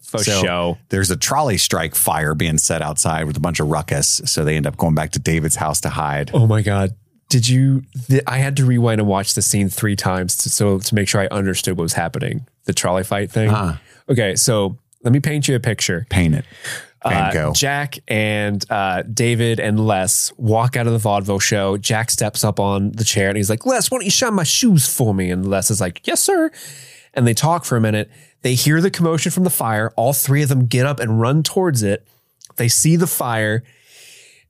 B: For
A: So-
B: show.
A: There's a trolley strike fire being set outside with a bunch of ruckus. So they end up going back to David's house to hide.
B: Oh my god. Did you? Th- I had to rewind and watch the scene three times to, so to make sure I understood what was happening. The trolley fight thing. Okay, so let me paint you a picture.
A: Paint it. Van
B: Uh,
A: Gogh.
B: Jack and uh, David and Les walk out of the vaudeville show. Jack steps up on the chair and he's like, Les, why don't you shine my shoes for me? And Les is like, Yes, sir. And they talk for a minute. They hear the commotion from the fire. All three of them get up and run towards it. They see the fire.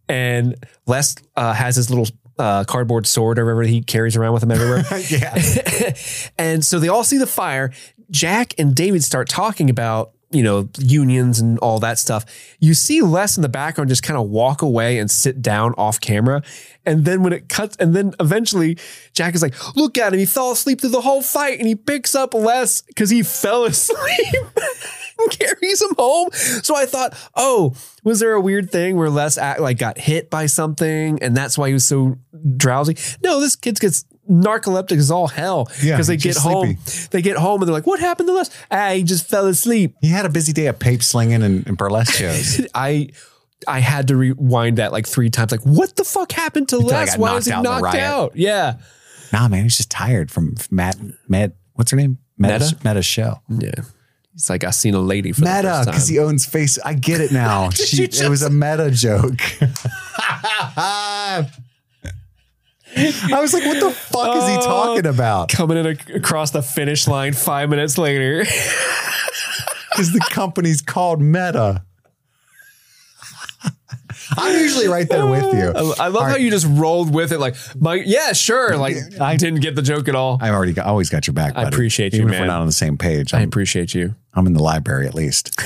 B: And Les uh, has his little uh, cardboard sword or whatever he carries around with him everywhere.
A: yeah.
B: and so they all see the fire. Jack and David start talking about, you know, unions and all that stuff. You see Les in the background just kind of walk away and sit down off camera. And then when it cuts, and then eventually Jack is like, look at him. He fell asleep through the whole fight and he picks up Les because he fell asleep. and carries him home. So I thought, oh, was there a weird thing where Les act, like got hit by something and that's why he was so drowsy? No, this kid gets narcoleptic as all hell
A: Yeah,
B: because they
A: he's
B: get
A: just
B: home.
A: sleepy.
B: They get home and they're like, "What happened to Les? Ah, he just fell asleep."
A: He had a busy day of pape slinging and, and burlesque shows.
B: I. I had to rewind that like three times. Like, what the fuck happened to
A: Until I
B: Les?
A: got
B: Why was he
A: knocked out in the
B: knocked
A: riot.
B: out? Yeah.
A: nah, man, he's just tired from Matt, Matt, what's her name? Meta,
B: Meta?
A: Meta show.
B: Yeah. He's like, I seen a lady for the
A: Meta,
B: first time.
A: because he owns face. I get it now.
B: Did
A: she,
B: you
A: it
B: just-
A: was a meta joke. I was like, what the fuck is he
B: Oh.
A: talking about?
B: Coming in ac- across the finish line five minutes later.
A: Because the company's called Meta. I'm usually right there with you.
B: I love how you just rolled with it, like, my, yeah, sure. Like, I didn't get the joke at all.
A: I've already got, always got your back. Buddy.
B: appreciate you,
A: Even if
B: man.
A: we're not on the same page, I'm,
B: appreciate you.
A: I'm in the library at least.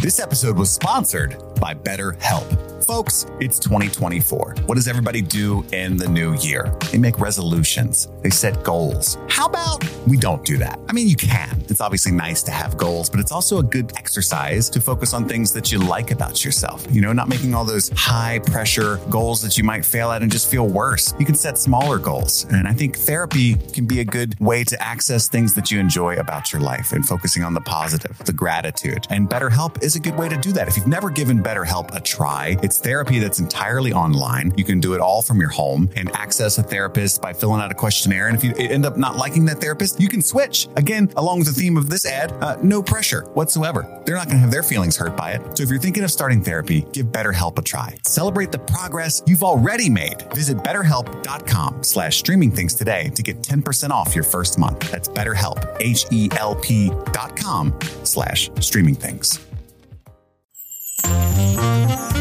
A: This episode was sponsored by BetterHelp. Folks, it's 2024. What does everybody do in the new year? They make resolutions, they set goals. How about we don't do that? I mean, you can. It's obviously nice to have goals, but it's also a good exercise to focus on things that you like about yourself. You know, not making all those high pressure goals that you might fail at and just feel worse. You can set smaller goals. And I think therapy can be a good way to access things that you enjoy about your life and focusing on the positive, the gratitude. And BetterHelp is a good way to do that. If you've never given BetterHelp a try, it's therapy that's entirely online. You can do it all from your home and access a therapist by filling out a questionnaire. And if you end up not liking that therapist, you can switch. Again, along with the theme of this ad, uh, no pressure whatsoever. They're not going to have their feelings hurt by it. So if you're thinking of starting therapy, give BetterHelp a try. Celebrate the progress you've already made. Visit betterhelp.com slash streaming things today to get 10% off your first month. That's betterhelp, E H-E-L-P dot com slash streaming things.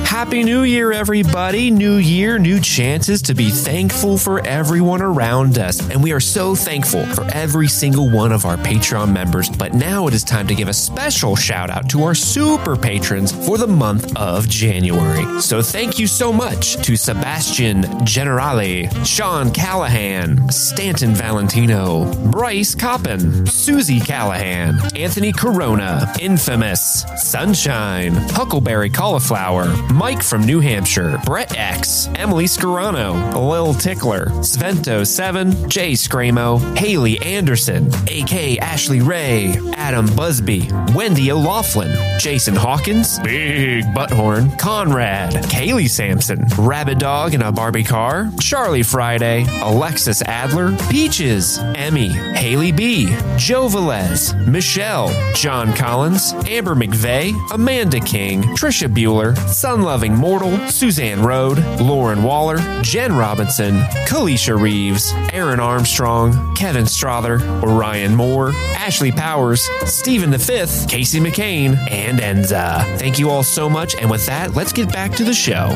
B: Happy New Year, everybody. New year, new chances to be thankful for everyone around us. And we are so thankful for every single one of our Patreon members. But now it is time to give a special shout out to our super patrons for the month of January. So thank you so much to Sebastian Generale, Sean Callahan, Stanton Valentino, Bryce Coppin, Susie Callahan, Anthony Corona, Infamous, Sunshine, Huckleberry Cauliflower, Mike from New Hampshire, Brett X, Emily Scarano, Lil Tickler, Svento7, Jay Scramo, Haley Anderson, AK Ashley Ray, Adam Busby, Wendy O'Laughlin, Jason Hawkins, Big Butthorn, Conrad, Kaylee Sampson, Rabid Dog in a Barbie Car, Charlie Friday, Alexis Adler, Peaches, Emmy, Haley B, Joe Velez, Michelle, John Collins, Amber McVeigh, Amanda King, Trisha Bueller, Sun Loving Mortal, Suzanne Rode, Lauren Waller, Jen Robinson, Kalisha Reeves, Aaron Armstrong, Kevin Strother, Ryan Moore, Ashley Powers, Stephen V, Casey McCain, and Enza. Thank you all so much. And with that, let's get back to the show.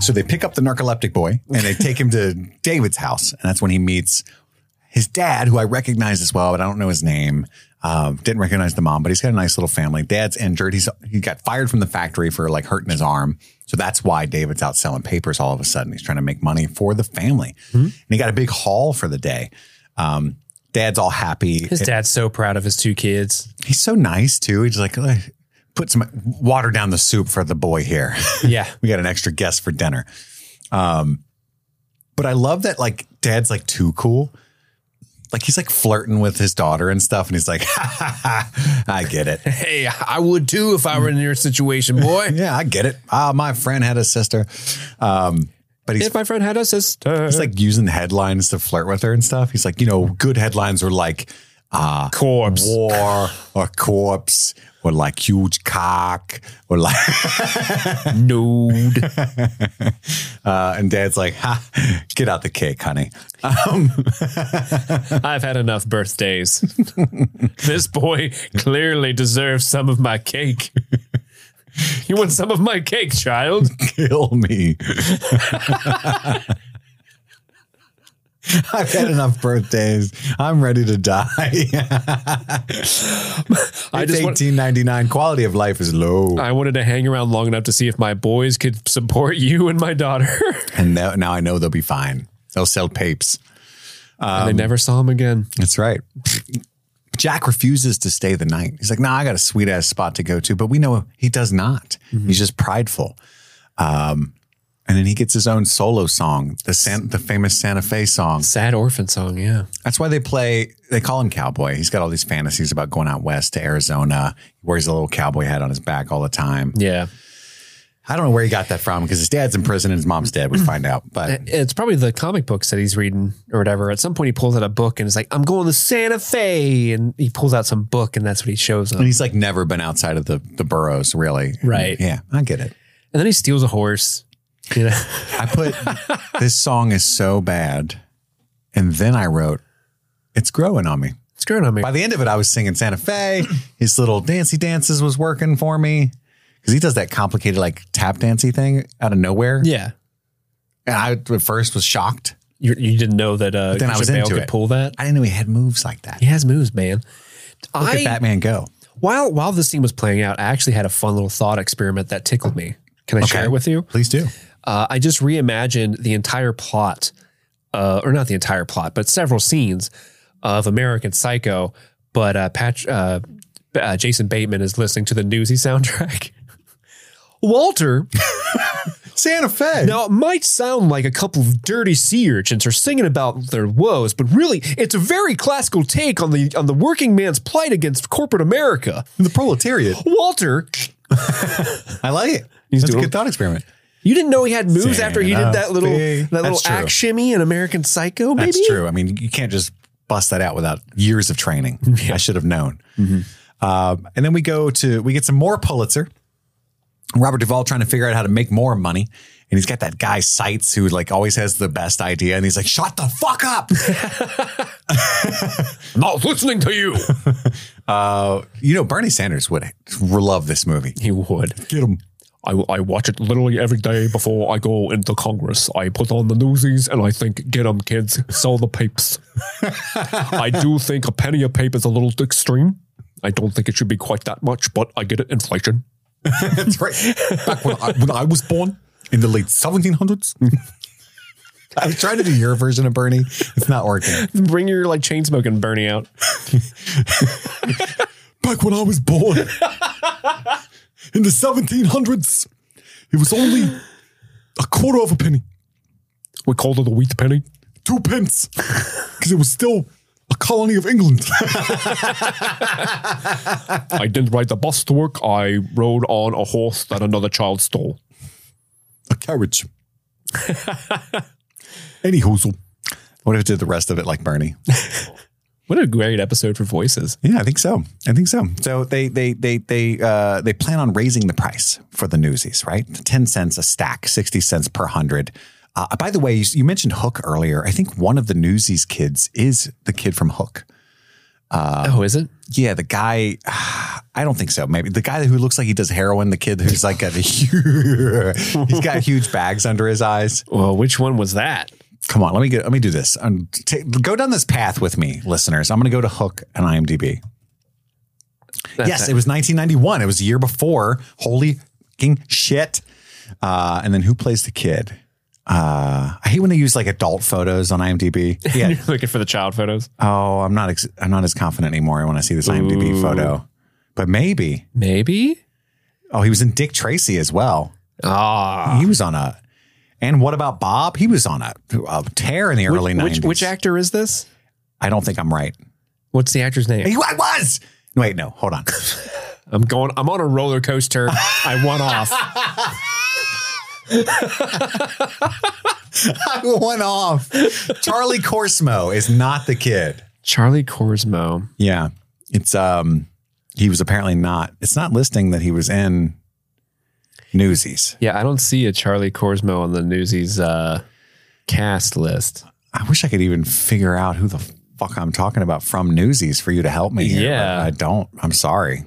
A: So they pick up the narcoleptic boy and they take him to David's house. And that's when he meets his dad, who I recognize as well, but I don't know his name. Um, didn't recognize the mom, but he's got a nice little family. Dad's injured. He's he got fired from the factory for like hurting his arm. So that's why David's out selling papers all of a sudden. He's trying to make money for the family. And he got a big haul for the day. Um, dad's all happy.
B: His dad's so proud of his two kids.
A: He's so nice too. He's like, "Ugh, put some water down the soup for the boy here.
B: Yeah.
A: we got an extra guest for dinner. Um, but I love that like dad's like too cool. Like he's like flirting with his daughter and stuff, and he's like, ha, ha, ha, I get it.
B: Hey, I would too if I were in your situation, boy.
A: Yeah, I get it. Ah, my friend had a sister. Um, but he's
B: if my friend had a sister,
A: He's like using headlines to flirt with her and stuff. He's like, you know, good headlines are like uh
B: Corpse.
A: war or corpse or like huge cock or like
B: nude.
A: uh and dad's like, ha, get out the cake, honey. Um
B: I've had enough birthdays. this boy clearly deserves some of my cake. You want some of my cake, child?
A: kill me. I've had enough birthdays. I'm ready to die.
B: I
A: It's
B: just want,
A: 1899. Quality of life is low.
B: I wanted to hang around long enough to see if my boys could support you and my daughter.
A: And now, now I know they'll be fine. They'll sell papes.
B: and they never saw him again.
A: That's right. Jack refuses to stay the night. He's like, "No, nah, I got a sweet ass spot to go to," but we know he does not.
B: Mm-hmm.
A: He's just prideful. Um, and then he gets his own solo song, the San- the famous Santa Fe song.
B: Sad orphan song, yeah.
A: That's why they play. They call him Cowboy. He's got all these fantasies about going out west to Arizona. He wears a little cowboy hat on his back all the time.
B: Yeah.
A: I don't know where he got that from because his dad's in prison and his mom's dead. We find out, but
B: It's probably the comic books that he's reading or whatever. At some point, he pulls out a book and is like, I'm going to Santa Fe. And he pulls out some book, and that's what he shows up.
A: and he's like never been outside of the the boroughs really.
B: Right.
A: Yeah, I get it.
B: And then he steals a horse. You know?
A: I put this song is so bad. And then I wrote, It's growing on me.
B: it's growing on me.
A: By the end of it, I was singing Santa Fe. His little dancey dances was working for me. Cause he does that complicated like tap dancey thing out of nowhere.
B: Yeah.
A: And I at first was shocked.
B: You, you didn't know that uh,
A: then I
B: Christian
A: was
B: Bale
A: into
B: could
A: it.
B: pull that.
A: I didn't know he had moves like that.
B: He has moves, man.
A: Look
B: I
A: at Batman go.
B: while while this scene was playing out, I actually had a fun little thought experiment that tickled me. Can I share it with you?
A: Please do.
B: Uh, I just reimagined the entire plot, uh, or not the entire plot, but several scenes of American Psycho. But uh, Pat, uh, uh, Jason Bateman is listening to the Newsy soundtrack. Walter
A: Santa Fe.
B: Now, it might sound like a couple of dirty sea urchins are singing about their woes, but really, it's a very classical take on the on the working man's plight against corporate America.
A: The proletariat.
B: Walter,
A: I like it.
B: He's
A: That's
B: doing-
A: a good thought experiment.
B: you didn't know he had moves after he did
A: Santa
B: that little
A: Fe.
B: that little
A: That's true.
B: act shimmy in American Psycho. Maybe
A: That's true. I mean, you can't just bust that out without years of training. I should have known. Um, and then we go to we get some more Pulitzer. Robert Duvall trying to figure out how to make more money. And he's got that guy Seitz who like always has the best idea, and he's like, "Shut the fuck up!"
B: Not listening to you.
A: uh, you know, Bernie Sanders would love this movie.
B: he would.
A: Get him.
D: I, I watch it literally every day before I go into Congress. I put on the newsies and I think, get 'em kids, sell the papes. I do think a penny a pape is a little extreme. I don't think it should be quite that much, but I get it, inflation.
E: That's right. Back when I, when I was born in the late 1700s.
A: I was trying to do your version of Bernie. It's not working.
B: Bring your like chain smoking Bernie out.
E: Back when I was born in the 1700s, it was only a quarter of a penny,
D: We called it a wheat penny.
E: two pence, because it was still a colony of England.
D: I didn't ride the bus to work. I rode on a horse that another child stole.
E: a carriage. Any hoozle.
A: What if it did the rest of it like Bernie?
B: What a great episode for voices.
A: Yeah, I think so. I think so. So they they they they uh, they plan on raising the price for the newsies, right? Ten cents a stack, sixty cents per hundred. Uh, by the way, you, you mentioned Hook earlier. I think one of the newsies kids is the kid from Hook.
B: oh, is it?
A: Yeah, the guy. I don't think so. Maybe the guy who looks like he does heroin. The kid who's like got a huge, he's got huge bags under his eyes.
B: Well, which one was that?
A: Come on, let me get, let me do this. Um, ta- go down this path with me, listeners. I'm going to go to Hook and IMDb.
B: That's
A: yes, it was 1991. It was the year before. Holy fucking shit! Uh, and then who plays the kid? Uh, I hate when they use like adult photos on IMDb. Yeah.
B: You're looking for the child photos.
A: oh, I'm not. Ex- I'm not as confident anymore when I see this IMDb photo. But maybe.
B: Maybe.
A: Oh, he was in Dick Tracy as well.
B: Ah.
A: he was on a. And what about Bob? He was on a, a tear in the early 90s.
B: Which, which, which actor is this?
A: I don't think I'm right.
B: What's the actor's name?
A: He, I was. Wait, no, hold on.
B: I'm going. I'm on a roller coaster. I won off.
A: One off. Charlie Corsmo is not the kid.
B: Charlie Corsmo.
A: Yeah. It's um he was apparently not. It's not listing that he was in Newsies.
B: Yeah, I don't see a Charlie Corsmo on the Newsies uh, cast list.
A: I wish I could even figure out who the fuck I'm talking about from Newsies for you to help me. here,
B: Yeah.
A: but I don't. I'm sorry.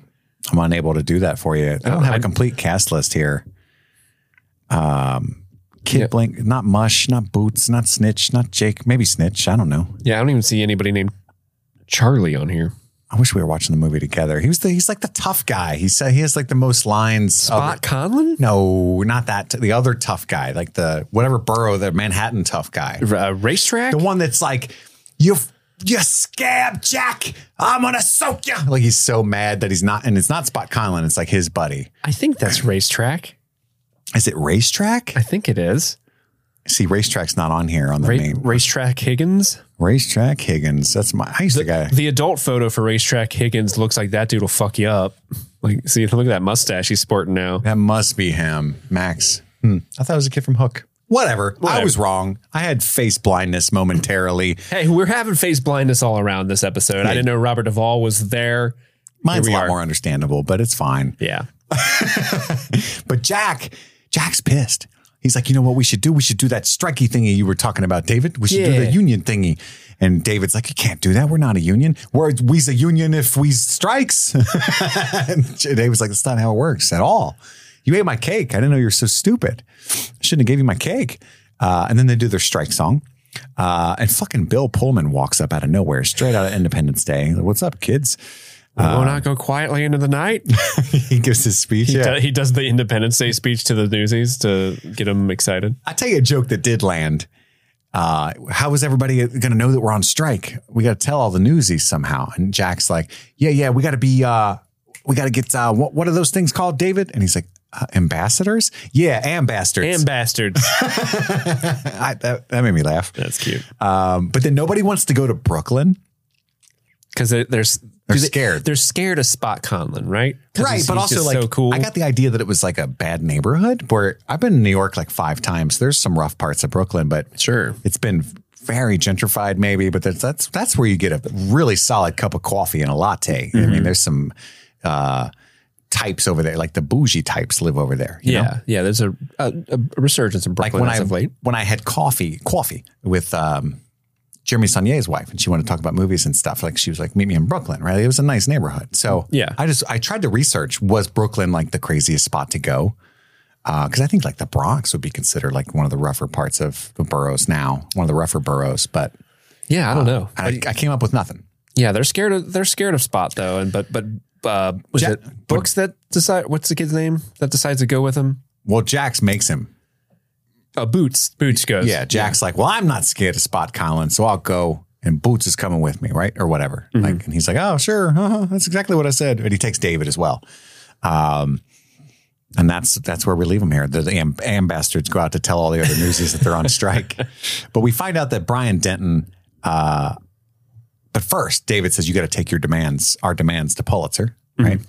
A: I'm unable to do that for you. I don't have a complete cast list here. Um Kid
B: Yeah.
A: Blink, not Mush, not Boots, not Snitch, not Jake, maybe Snitch. I don't know.
B: Yeah, I don't even see anybody named Charlie on here.
A: I wish we were watching the movie together. He was the, he's like the tough guy. He said he has like the most lines.
B: Spot
A: Of,
B: Conlon,
A: no, not that. The other tough guy, like the whatever borough, the Manhattan tough guy,
B: R- uh, racetrack.
A: the one that's like you. You scab Jack! I'm gonna soak you. Like he's so mad that he's not, and it's not Spot Conlon. It's like his buddy.
B: I think that's racetrack.
A: Is it Racetrack?
B: I think it is.
A: See, Racetrack's not on here on the
B: Ra-
A: name.
B: racetrack Higgins.
A: Racetrack Higgins. That's my. I used to guy.
B: The adult photo for racetrack Higgins looks like that dude will fuck you up. Like, see, look at that mustache he's sporting now.
A: That must be him, Max. Hmm. I thought it was a kid from Hook. Whatever. I was wrong. I had face blindness momentarily.
B: Hey, we're having face blindness all around this episode. I didn't know Robert Duvall was there.
A: Mine's a
B: Here we
A: lot
B: are.
A: more understandable, but it's fine.
B: Yeah.
A: But Jack, Jack's pissed. He's like, you know what we should do? We should do that strikey thingy you were talking about, David. We should do
B: Yeah.
A: the union thingy. And David's like, you can't do that. We're not a union. We're we's a union if we strikes. and David's like, that's not how it works at all. You ate my cake. I didn't know you were so stupid. I shouldn't have gave you my cake. Uh, and then they do their strike song. Uh, and fucking Bill Pullman walks up out of nowhere, straight out of Independence Day. He's like, What's up, kids? Um,
B: will not go quietly into the night.
A: He gives his speech.
B: He do- He does the Independence Day speech to the newsies to get them excited.
A: I tell you a joke that did land. Uh, how is everybody going to know that we're on strike? We got to tell all the newsies somehow. And Jack's like, yeah, yeah, we got to be, uh, we got to get, uh, what, what are those things called, David? And he's like, uh, ambassadors? Yeah, ambassadors.
B: And bastards.
A: I, that, that made me laugh.
B: That's cute.
A: Um, but then nobody wants to go to Brooklyn.
B: Because they're, they're,
A: They're scared.
B: They're scared of Spot Conlon, right? 'Cause
A: Right,
B: he's-
A: but
B: he's
A: also
B: just
A: like
B: so cool.
A: I got the idea that it was like a bad neighborhood. Where I've been in New York like five times. There's some rough parts of Brooklyn, but
B: sure.
A: it's been very gentrified maybe but that's that's that's where you get a really solid cup of coffee and a latte i
B: Mm-hmm.
A: mean there's some uh types over there like the bougie types live over there you
B: Yeah,
A: know?
B: yeah. There's a, a, a resurgence in
A: like
B: Brooklyn
A: when
B: as
A: i
B: of late.
A: when i had coffee coffee with um Jeremy Saulnier's wife, and she wanted to talk about movies and stuff. Like she was like, "Meet me in Brooklyn," right? It was a nice neighborhood. So
B: Yeah.
A: I just I tried to research was Brooklyn like the craziest spot to go, because I think like the Bronx would be considered like one of the rougher parts of the boroughs now, one of the rougher boroughs. But
B: Yeah, I don't know.
A: I, I came up with nothing.
B: Yeah, they're scared of they're scared of Spot though, and but but uh, was
A: Ja-
B: it Books that decide what's the kid's name that decides to go with him?
A: Well, Jax makes him.
B: Uh, Boots. Boots goes.
A: Yeah, Jack's like, well, I'm not scared of Spot Colin, so I'll go. And Boots is coming with me, right, or whatever. Like, and he's like, oh, sure, uh-huh, that's exactly what I said. And he takes David as well. Um, and that's that's where we leave him here. The, the amb- ambassadors go out to tell all the other newsies that they're on strike, but we find out that Brian Denton. Uh, but first, David says you got to take your demands, our demands to Pulitzer, right?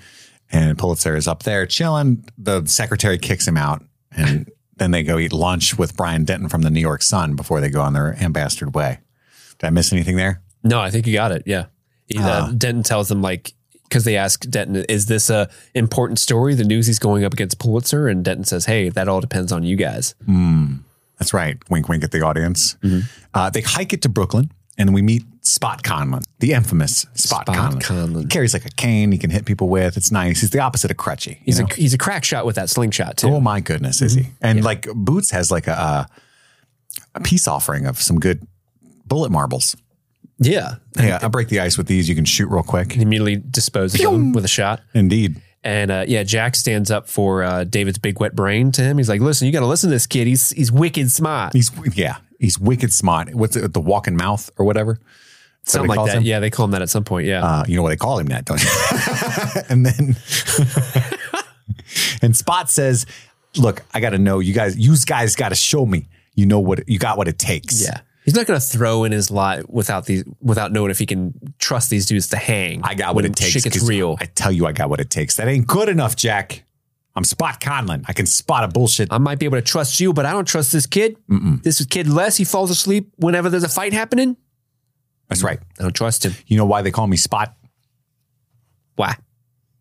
A: And Pulitzer is up there chilling. The secretary kicks him out, and then they go eat lunch with Brian Denton from the New York Sun before they go on their ambassador way. Did I miss anything there?
B: No, I think you got it. Yeah. He, uh,
A: Ah.
B: Denton tells them like because they ask Denton, is this a important story? The news he's going up against Pulitzer, and Denton says, "Hey, that all depends on you guys."
A: That's right. Wink, wink at the audience.
B: Mm-hmm.
A: Uh, they hike it to Brooklyn, and we meet Spot Conlon, the infamous Spot,
B: Spot
A: Conlon.
B: Conlon.
A: He carries like a cane he can hit people with. It's nice. He's the opposite of Crutchy. you
B: He's
A: know?
B: a he's a crack shot with that slingshot too.
A: Oh my goodness, is
B: Mm-hmm.
A: he? And like Boots has like a uh, a peace offering of some good bullet marbles.
B: Yeah,
A: Yeah, I break the ice with these. You can shoot real quick.
B: he immediately disposes of him with a shot.
A: Indeed.
B: And uh, yeah, Jack stands up for uh, David's big wet brain to him. He's like, "Listen, you got to listen to this kid. He's he's wicked smart."
A: He's yeah, he's wicked smart. What's it, the walking mouth or whatever? Is what
B: Something
A: he
B: like
A: calls
B: that.
A: him?
B: Yeah, they call him that at some point. Yeah.
A: Uh, you know what they call him that, don't you? and then and Spot says, "Look, I got to know you guys. You guys got to show me. You know what you got. What it takes.
B: yeah. He's not going to throw in his lot without these without knowing if he can trust these dudes to hang.
A: I got what
B: when
A: it takes.
B: Shit gets
A: 'cause
B: real.
A: I tell you, I got what it takes. That ain't good enough, Jack. I'm Spot Conlon. I can spot a bullshit.
B: I might be able to trust you, but I don't trust this kid. This kid less. He falls asleep whenever there's a fight happening.
A: That's right.
B: I don't trust him.
A: You know why they call me Spot?
B: Why?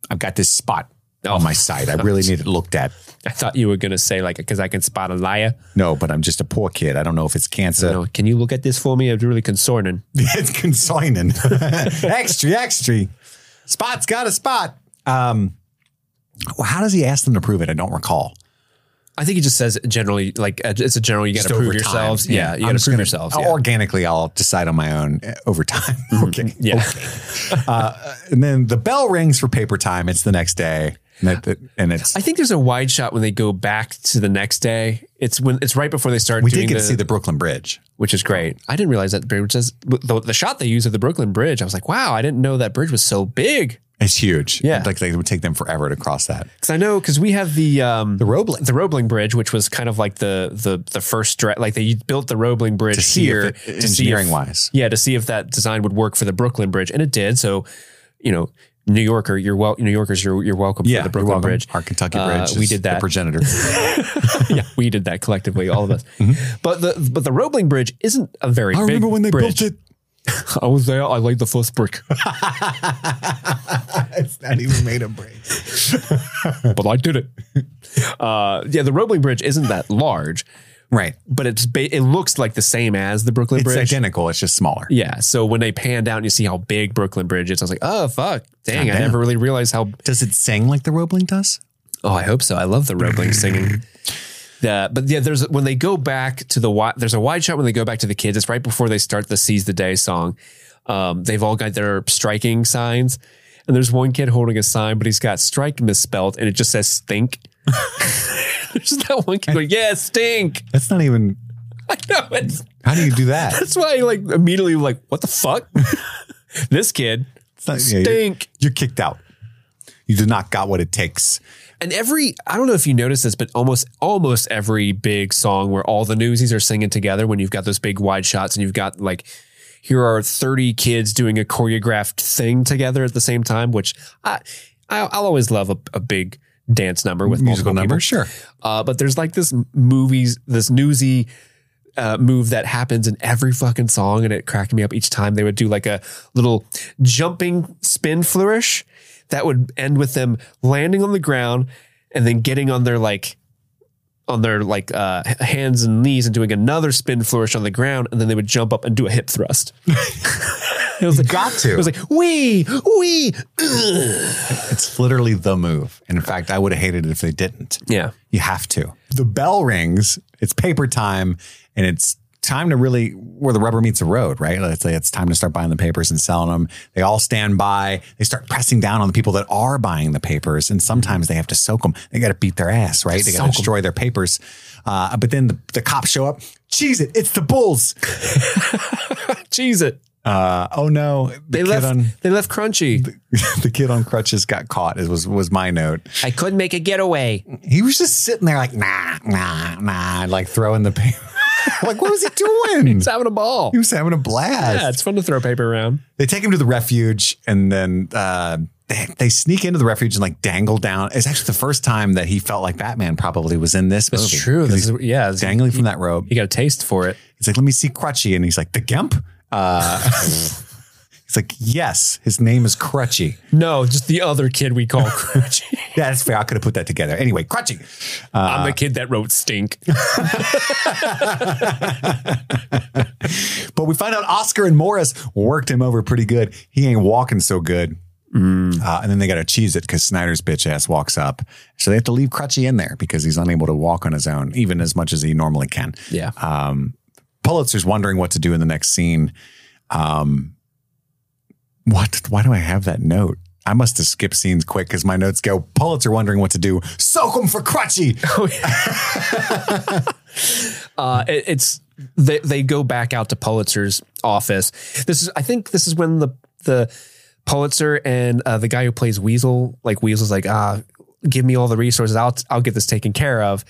A: I've got this spot
B: Oh.
A: on my side. I really need it looked at.
B: I thought you were going to say like because I can spot a liar.
A: No, but I'm just a poor kid. I don't know if it's cancer.
B: No, can you look at this for me? It's really concerning.
A: it's consigning. extra, extra. Spot's got a spot. Um, well, how does he ask them to prove it? I don't recall.
B: I think he just says generally like uh, it's a general. You got to prove
A: over time.
B: yourselves. Yeah, you
A: I'm
B: got to
A: just
B: prove
A: gonna- Oh,
B: yourselves.
A: I'll-
B: Yeah. Mm-hmm.
A: Organically, I'll decide on my own uh, over time. okay.
B: Yeah.
A: And then the bell rings for paper time. It's the next day. And, that- that- and it's,
B: I think there's a wide shot when they go back to the next day. It's when it's right before they start.
A: we
B: doing
A: did get
B: the,
A: to see the Brooklyn Bridge.
B: which is great. I didn't realize that bridge is the, the shot they use of the Brooklyn Bridge. I was like, wow, I didn't know that bridge was so big.
A: It's huge.
B: Yeah.
A: Like they would take them forever to cross that.
B: Because I know, because we have the um, the
A: Roebling.
B: the Roebling Bridge, which was kind of like the the the first dra- like they built the Roebling Bridge
A: To see
B: here,
A: if it- engineering-wise.
B: yeah, to see if that design would work for the Brooklyn Bridge, and it did. So, you know, New Yorker, you're well, New Yorkers, you're you're welcome for the
A: you're
B: Brooklyn
A: welcome.
B: Bridge.
A: Our Kentucky
B: Uh,
A: Bridge.
B: we
A: is
B: did
A: The
B: that.
A: progenitor.
B: yeah, we did that collectively, all of us.
A: Mm-hmm.
B: But the but the Roebling Bridge isn't a very.
E: I
B: big
E: remember when they
B: bridge.
E: built it.
D: I was there. I laid the first brick,
A: it's not even made of bricks.
D: but I did it.
B: Uh, yeah, the Roebling Bridge isn't that large,
A: Right.
B: but it's ba- it looks like the same as the Brooklyn
A: It's
B: Bridge.
A: identical. It's just smaller.
B: Yeah. So when they panned out and you see how big Brooklyn Bridge is, I was like, oh fuck, dang! I
A: Goddamn.
B: never really realized how.
A: Does it sing like the Roebling does?
B: Oh, I hope so. I love the Roebling singing. Yeah, but yeah, there's when they go back to the wi- there's a wide shot when they go back to the kids. It's right before they start the seize the day song. Um, they've all got their striking signs, and there's one kid holding a sign, but he's got strike misspelled, and it just says stink. there's that one kid going, yeah, stink.
A: That's not even.
B: I know it's
A: How do you do that?
B: That's why I like immediately like, what the fuck? this kid
A: It's not- yeah, you're,
B: stink.
A: you're kicked out. You do not got what it takes.
B: And every I don't know if you noticed this, but almost almost every big song where all the newsies are singing together when you've got those big wide shots and you've got like here are 30 kids doing a choreographed thing together at the same time, which I, I I'll always love a, a big dance number with
A: Musical
B: multiple people.
A: number, sure.
B: Uh, but there's like this movies, this newsy uh, move that happens in every fucking song, and it cracked me up each time. They would do like a little jumping spin flourish that would end with them landing on the ground and then getting on their like on their like uh, h- hands and knees and doing another spin flourish on the ground, and then they would jump up and do a hip thrust. It was like,
A: Got to.
B: It was like, wee, wee.
A: It's literally the move. In fact, I would have hated it if they didn't.
B: Yeah.
A: You have to. The bell rings, it's paper time, and it's time to really where the rubber meets the road, right? Let's say it's time to start buying the papers and selling them. They all stand by. They start pressing down on the people that are buying the papers, and sometimes they have to soak them. They got to beat their ass, right? They got to destroy their papers. Uh, but then the, the cops show up. Cheese it! It's the bulls.
B: Cheese it.
A: Uh, oh no! The
B: They
A: kid
B: left,
A: on
B: they left Crunchy.
A: the kid on crutches got caught. It was was my note.
B: I couldn't make a getaway.
A: He was just sitting there like, nah, nah, nah, like throwing the paper. like, what was he doing?
B: He's having a ball.
A: he was having a blast.
B: Yeah, it's fun to throw paper around.
A: they take him to the refuge and then uh, they, they sneak into the refuge and like dangle down. It's actually the first time that he felt like Batman probably was in this movie.
B: This
A: 'Cause he's
B: is, yeah. this-
A: dangling from that rope.
B: You got a taste for it.
A: He's like, let me see Crutchy. And he's like, the Gemp? Uh, he's like, yes, his name is Crutchy.
B: No, just the other kid we call Crunchy.
A: Yeah, that's fair. I could have put that together. Anyway, Crutchy.
D: I'm
B: Ah.
D: the kid that wrote Stink.
A: But we find out Oscar and Morris worked him over pretty good. He ain't walking so good.
B: Mm.
A: Uh, and then they got to cheese it because Snyder's bitch ass walks up. So they have to leave Crutchy in there because he's unable to walk on his own, even as much as he normally can.
B: yeah.
A: Pulitzer's wondering what to do in the next scene. Um, what? Why do I have that note? I must have skipped scenes quick because my notes go Pulitzer wondering what to do. Soak him for Crutchy.
B: Oh, uh, it- it's they they go back out to Pulitzer's office. This is I think this is when the the Pulitzer and uh, the guy who plays Weasel like Weasel's like ah give me all the resources I'll I'll get this taken care of.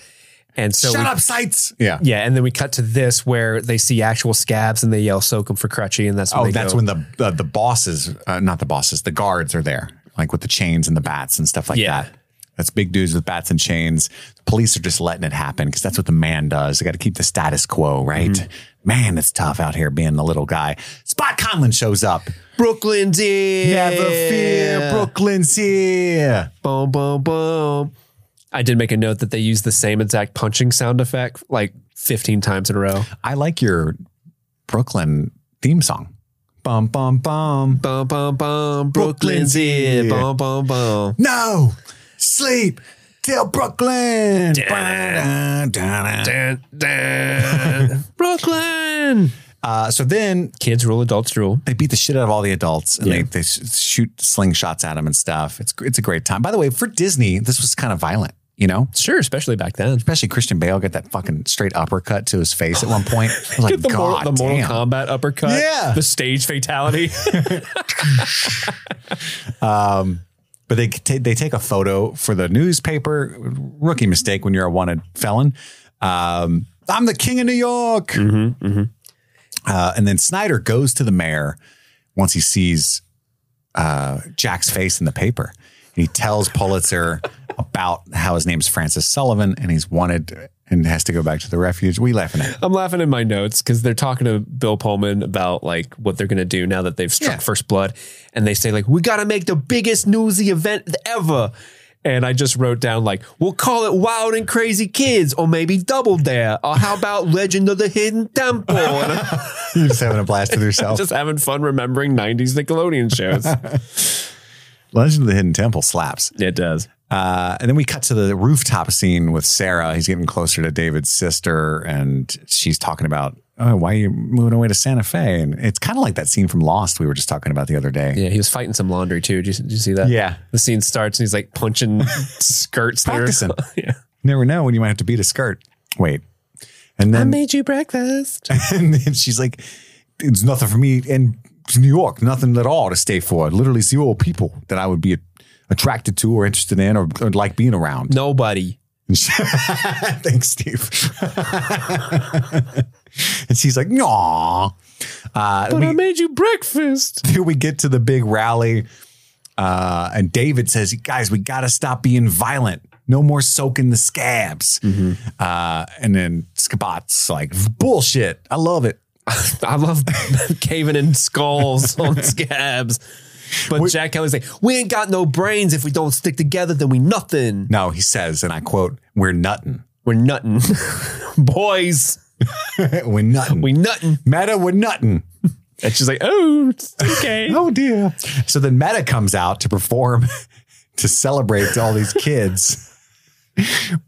B: And so
A: Shut
B: we,
A: up, sights. Yeah.
B: yeah, and then we cut to this where they see actual scabs and they yell soak 'em for crutchy and that's when
A: Oh,
B: they
A: that's
B: go-
A: when the uh, the bosses, uh, not the bosses, the guards are there, like with the chains and the bats and stuff like
B: Yeah.
A: that. That's big dudes with bats and chains. The police are just letting it happen because that's what the man does. They got to keep the status quo, right?
B: Mm-hmm.
A: Man, it's tough out here being the little guy. Spot Conlon shows up.
B: Brooklyn did
A: Never fear, Brooklyn's here.
B: boom boom boom. I did make a note that they use the same exact punching sound effect like 15 times in a row.
A: I like your Brooklyn theme song. Bum bum bum.
B: Bum bum bum,
A: Brooklyn's
B: Brooklyn's
A: here.
B: here. Bum bum bum.
A: No, sleep till Brooklyn. Da-da-da-da.
B: Dun, dun. Brooklyn.
A: Uh, so then
B: Kids rule, adults rule.
A: they beat the shit out of all the adults and they,
B: Yeah.
A: they sh- shoot slingshots at them and stuff. It's it's a great time. By the way, for Disney, this was kind of violent, you know.
B: Sure, especially back then.
A: Especially Christian Bale got that fucking straight uppercut to his face at one point. I was like,
B: the,
A: God
B: Mortal, the Mortal
A: damn.
B: Kombat uppercut.
A: Yeah.
B: The stage fatality.
A: But they t- they take a photo for the newspaper. Rookie mistake when you're a wanted felon. Um, I'm the king of New York. Uh, and then Snyder goes to the mayor once he sees uh, Jack's face in the paper, and he tells Pulitzer about how his name's Francis Sullivan, and he's wanted and has to go back to the refuge. We laughing at.
B: I'm laughing in my notes because they're talking to Bill Pullman about like what they're gonna do now that they've struck
A: Yeah.
B: first blood, and they say like we gotta make the biggest newsy event ever. And I just wrote down like we'll call it Wild and Crazy Kids or maybe Double Dare or how about Legend of the Hidden Temple? And I'm
A: You're just having a blast with yourself.
B: just having fun remembering '90s Nickelodeon shows.
A: Legend of the Hidden Temple slaps.
B: it does.
A: Uh, and then we cut to the rooftop scene with Sarah. He's getting closer to David's sister, and she's talking about, oh, why are you moving away to Santa Fe? And it's kind of like that scene from Lost we were just talking about the other day.
B: Yeah, he was fighting some laundry too. Did you, did you see that?
A: Yeah.
B: The scene starts and he's like punching skirts. there.
A: Practicing.
B: yeah.
A: You never know when you might have to beat a skirt. Wait. And
B: I
A: then,
B: made you breakfast.
A: and then she's like, it's nothing for me in New York, nothing at all to stay for. Literally zero people that I would be attracted to or interested in or, or like being around.
B: Nobody.
A: Thanks, Steve. and she's like, "No." Uh,
B: But I
A: we,
B: made you breakfast.
A: here we get to the big rally, uh, and David says, "Guys, we got to stop being violent. No more soaking the scabs." Uh, and then Scabat's like, "Bullshit! I love it."
B: I love caving in skulls on scabs. But Jack Kelly's like, we ain't got no brains. If we don't stick together, then we nothing.
A: No, he says, and I quote, "We're nuttin'.
B: We're nuttin'. Boys,
A: we're nuttin'.
B: we nuttin'.
A: Meta, we're nuttin'."
D: And she's like, oh, it's okay.
A: Oh dear. So then Meta comes out to perform to celebrate to all these kids. Uh,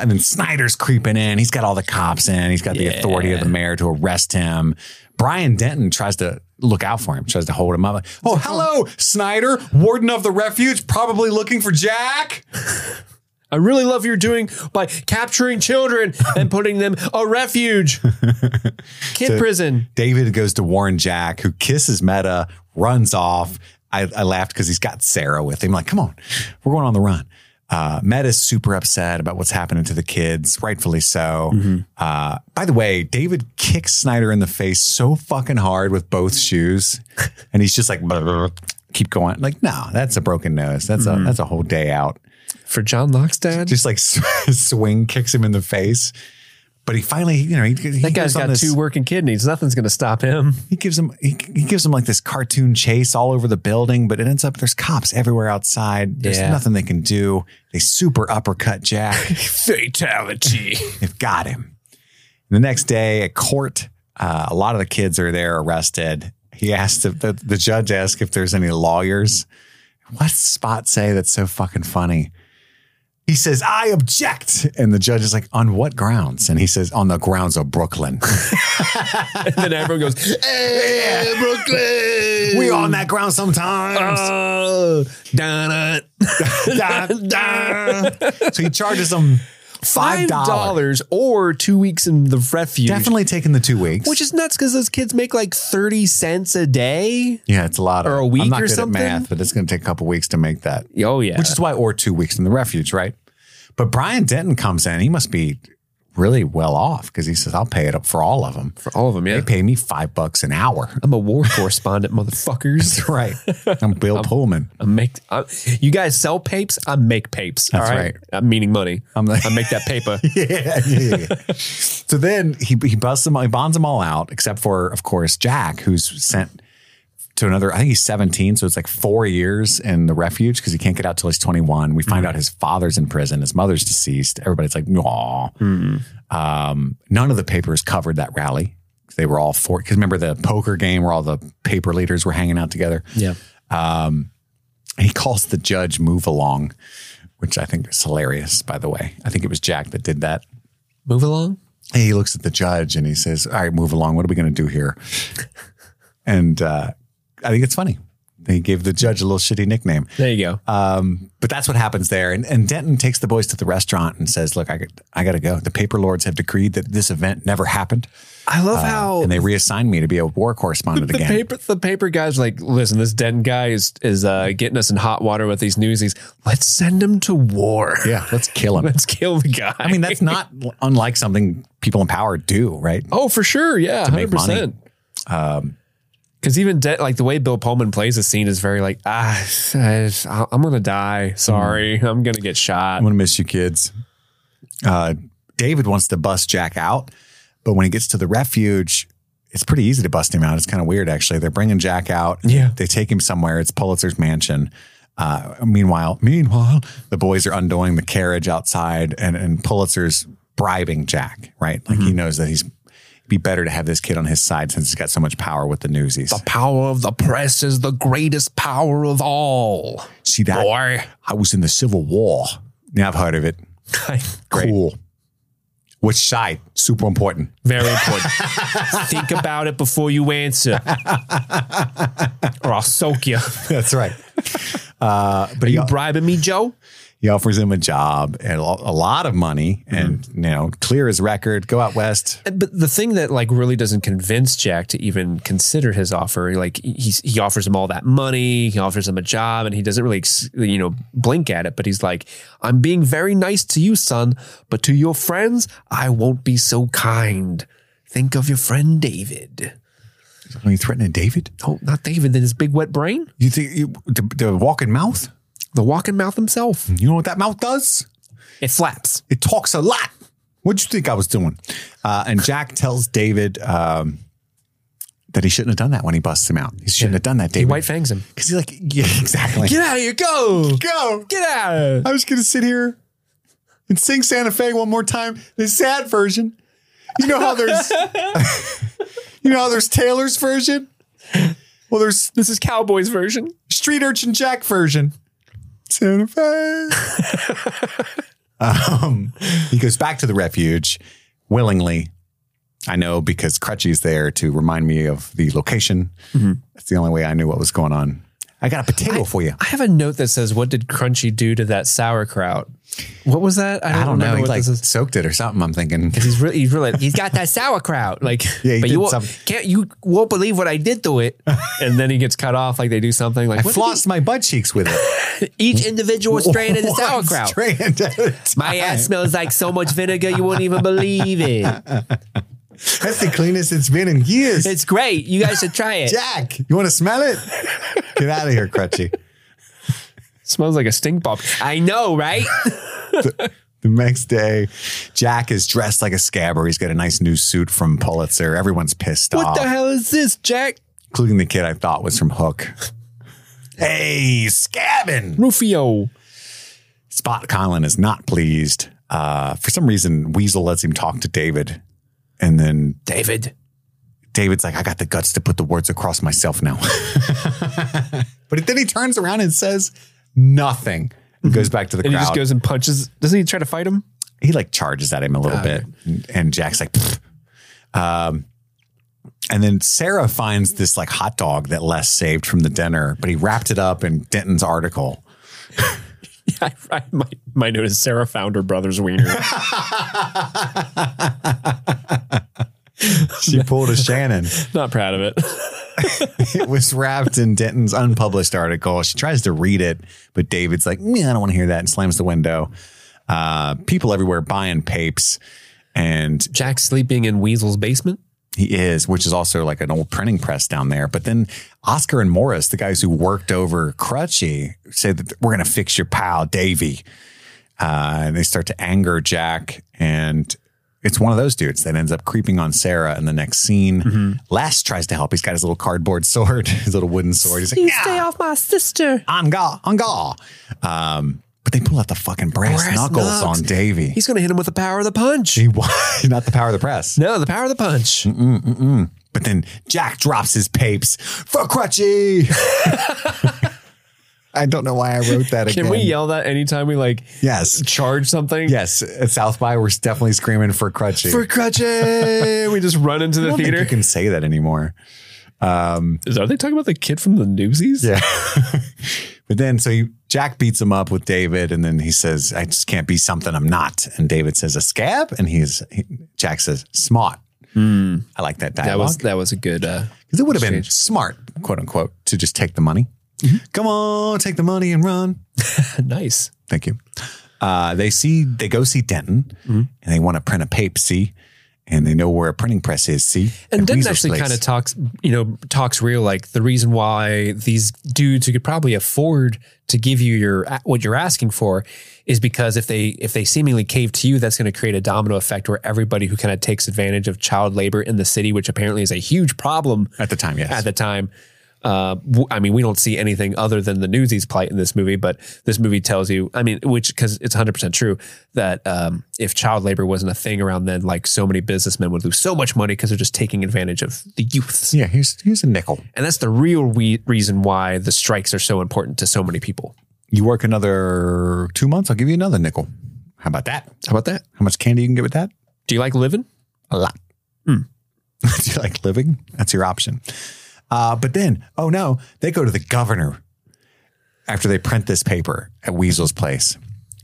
A: and then Snyder's creeping in. He's got all the cops in. He's got the authority of the mayor to arrest him. Brian Denton tries to look out for him, tries to hold him up. Oh, hello, Snyder, warden of the refuge, probably looking for Jack.
B: I really love you're doing by capturing children and putting them a refuge. Kid prison.
A: David goes to warn Jack, who kisses Meta, runs off. I, I laughed because he's got Sarah with him. Like, come on, we're going on the run. Uh, Meta's super upset about what's happening to the kids, rightfully so.
B: Mm-hmm.
A: Uh, by the way, David kicks Snyder in the face so fucking hard with both shoes, and he's just like, "Brr," keep going. Like, no, that's a broken nose. That's
B: Mm-hmm.
A: a that's a whole day out
B: For John Locke's dad?
A: just like swing kicks him in the face. But he finally, you know, he, he
B: That guy's
A: goes on
B: got
A: this-
B: two working kidneys. Nothing's going to stop him.
A: He gives him he, he gives him like this cartoon chase all over the building, but it ends up there's cops everywhere outside. There's
B: Yeah.
A: nothing they can do. They super uppercut Jack.
B: Fatality.
A: They've got him. The next day at court, uh, a lot of the kids are there arrested. He asked if the, the judge asked if there's any lawyers. What's Spot say that's so fucking funny? He says, I object. And the judge is like, on what grounds? And he says, on the grounds of Brooklyn.
B: and then everyone goes, hey, Brooklyn.
A: we on that ground sometimes.
B: Oh, dun,
A: Da, da. so he charges them
B: Five
A: five dollars.
B: dollars or two weeks in the refuge.
A: Definitely taking the two weeks.
B: Which is nuts because those kids make like 30 cents a day.
A: yeah, it's a lot of
B: or a week
A: I'm not
B: or
A: good
B: something?
A: at math, but it's going to take a couple weeks to make that.
B: Oh, yeah.
A: Which is why, or two weeks in the refuge, right? But Brian Denton comes in. He must be really well off because he says, "I'll pay it up for all of them.
B: for all of them, yeah.
A: They pay me five bucks an hour."
B: I'm a war correspondent, motherfuckers.
A: right. I'm Bill Pullman.
B: I make I, you guys sell papes. I make papes.
A: That's
B: all right?
A: right.
B: I'm meaning money.
A: I'm like-
B: I make that paper.
A: yeah, yeah, yeah. so then he he busts them, he bonds them all out, except for of course Jack, who's sent to another. I think he's seventeen, so it's like four years in the refuge because he can't get out till he's twenty one. We find out his father's in prison, his mother's deceased. Everybody's like, "Aw." Um, none of the papers covered that rally. They were all for because remember the poker game where all the paper leaders were hanging out together.
B: yeah.
A: He calls the judge move along, which I think is hilarious. By the way, I think it was Jack that did that.
B: Move along.
A: And he looks at the judge and he says, All right, move along. What are we going to do here? And uh, I think it's funny. They gave the judge a little shitty nickname.
B: There you go.
A: Um, but that's what happens there. And, and Denton takes the boys to the restaurant and says, Look, I, got- I got to go. The paper lords have decreed that this event never happened.
B: I love how
A: And they reassigned me to be a war correspondent
B: Oh. the
A: again.
B: paper the paper guys like listen. This den guy is is uh, getting us in hot water with these newsies. Let's send him to war.
A: Yeah, let's kill him.
B: Let's kill the guy.
A: I mean, that's not unlike something people in power do, right?
B: oh for sure. Yeah,
A: make
B: hundred
A: money.
B: percent. Because even de- like the way Bill Pullman plays the scene is very like ah, I- I'm gonna die. Sorry, I'm gonna get shot.
A: I'm gonna miss you, kids. Uh, David wants to bust Jack out, but when he gets to the refuge, it's pretty easy to bust him out. It's kind of weird, actually. They're bringing Jack out.
B: Yeah.
A: they take him somewhere. It's Pulitzer's mansion. Uh, meanwhile, meanwhile, the boys are undoing the carriage outside, and and Pulitzer's bribing Jack. Right, like he knows that he's it'd be better to have this kid on his side since he's got so much power with the newsies.
B: power of the press is the greatest power of all.
A: See that?
B: Boy.
A: I was in the Civil War. Now I've heard of it. Cool. Which side? Super important.
B: Very important. Think about it before you answer, or I'll soak you.
A: That's right. Uh, but he,
B: You bribing me, Joe?
A: he offers him a job and a lo- a lot of money, and you know, clear his record, go out west.
B: But the thing that like really doesn't convince Jack to even consider his offer, like he he offers him all that money, he offers him a job, and he doesn't really ex- you know blink at it. But he's like, "I'm being very nice to you, son, but to your friends, I won't be so kind. Think of your friend David.
A: Are you threatening David?
B: Oh, not David, then his big wet brain."
A: You think you, the, the walking mouth?
B: the walking mouth himself.
A: You know what that mouth does?
B: It flaps.
A: It talks a lot. What'd you think I was doing? Uh, and Jack tells David um, that he shouldn't have done that when he busts him out. He shouldn't have done that,
B: He
A: David.
B: white fangs him.
A: Because he's like, yeah, exactly.
B: Get out of here. Go.
A: go.
B: Get out of
A: I was going to sit here and sing Santa Fe one more time, the sad version. You know how there's You know how there's Taylor's version? Well, there's
B: This is Cowboy's version.
A: Street Urchin Jack version. Santa Fe. um, he goes back to the refuge willingly. I know because Crutchy's there to remind me of the location. That's the only way I knew what was going on. Mm-hmm. I got a potato for you.
B: I have a note that says, "What did Crunchy do to that sauerkraut?" What was that?
A: I don't know.
B: remember
A: He
B: what
A: like
B: this is.
A: soaked it or something. I'm thinking.
B: Because he's really, he's really, he's got that sauerkraut. Like,
A: Yeah, he
B: but
A: did
B: you won't,
A: some-
B: can't, you won't believe what I did to it. And then he gets cut off, like they do something like
A: I
B: "What did
A: flossed my butt cheeks with it.
B: you- each individual strand of the sauerkraut.
A: Strand at a
B: My ass smells like so much vinegar you won't even believe it.
A: That's the cleanest it's been in years.
B: It's great. You guys should try it.
A: Jack, you want to smell it? Get out of here, Crutchy.
B: Smells like a stink bomb. I know, right?
A: The next day, Jack is dressed like a scabber. He's got a nice new suit from Pulitzer. Everyone's pissed
B: what
A: off,
B: the hell is this, Jack?
A: including the kid I thought was from Hook. Hey, scabbing!
D: Rufio.
A: Spot Conlon is not pleased. Uh, for some reason, Weasel lets him talk to David. And then
B: David.
A: David's like, I got the guts to put the words across myself now. but then he turns around and says nothing. He goes back to the
B: Mm-hmm. And he
A: crowd.
B: just goes and punches. Doesn't he try to fight him?
A: he like charges at him a little bit, and, and Jack's like, "Pfft." um, and then Sarah finds this like hot dog that Les saved from the dinner, but he wrapped it up in Denton's article.
D: I, I, my, my note is Sarah found her brother's wiener.
A: She pulled a Shannon.
D: Not proud of it.
A: It was wrapped in Denton's unpublished article. She tries to read it, but David's like, "Meh, I don't want to hear that, and slams the window. Uh, people everywhere buying papes, and
B: Jack sleeping in Weasel's basement.
A: He is, which is also like an old printing press down there. But then Oscar and Morris, the guys who worked over Crutchy, say that we're going to fix your pal, Davy. Uh, and they start to anger Jack. And it's one of those dudes that ends up creeping on Sarah in the next scene. Les tries to help. He's got his little cardboard sword, his little wooden sword. He's like,
B: You
A: "Yeah,
B: stay off my sister.
A: on ga, on ga. Um, but they pull out the fucking brass,
B: Brass
A: knuckles,
B: knucks.
A: on Davy.
B: He's going to hit him with the power of the punch.
A: He was not the power of the press.
B: No, the power of the punch.
A: But then Jack drops his papes for Crutchy. I don't know why I wrote that again.
B: Can we yell that anytime we like
A: Yes.
B: charge something?
A: Yes. At South by, we're definitely screaming for Crutchy.
B: For crutches. we just run into
A: I
B: the
A: don't think
B: theater.
A: you can say that anymore.
D: Is, are they talking about the kid from the Newsies?
A: Yeah. but then, so you, Jack beats him up with David, and then he says, I just can't be something I'm not. And David says, a scab? And he's, he, Jack says, smart. I like that dialogue.
B: Hmm. That was that was a good uh
A: Because it would have been smart, quote unquote, to just take the money.
B: Mm-hmm.
A: Come on, take the money and run.
B: nice.
A: Thank you. Uh, they see they go see Denton
B: Mm-hmm.
A: and they want to print a pape, see, and they know where a printing press is, see.
B: And
A: at
B: Denton
A: Weasel's
B: actually
A: place.
B: kind of talks, you know, talks real like the reason why these dudes who could probably afford to give you your what you're asking for is because if they if they seemingly cave to you, that's going to create a domino effect where everybody who kind of takes advantage of child labor in the city, which apparently is a huge problem
A: at the time, yes.
B: at the time. Uh, w- I mean, we don't see anything other than the Newsies plight in this movie, but this movie tells you, I mean, which because it's 100% true that um, if child labor wasn't a thing around then, like so many businessmen would lose so much money because they're just taking advantage of the youths.
A: yeah, here's here's a nickel.
B: And that's the real we- reason why the strikes are so important to so many people.
A: You work another two months, I'll give you another nickel. How about that?
B: How about that?
A: How much candy you can get with that?
B: Do you like living?
A: A lot.
B: Hmm.
A: Do you like living? That's your option. Uh, but then, oh no, they go to the governor after they print this paper at Weasel's place.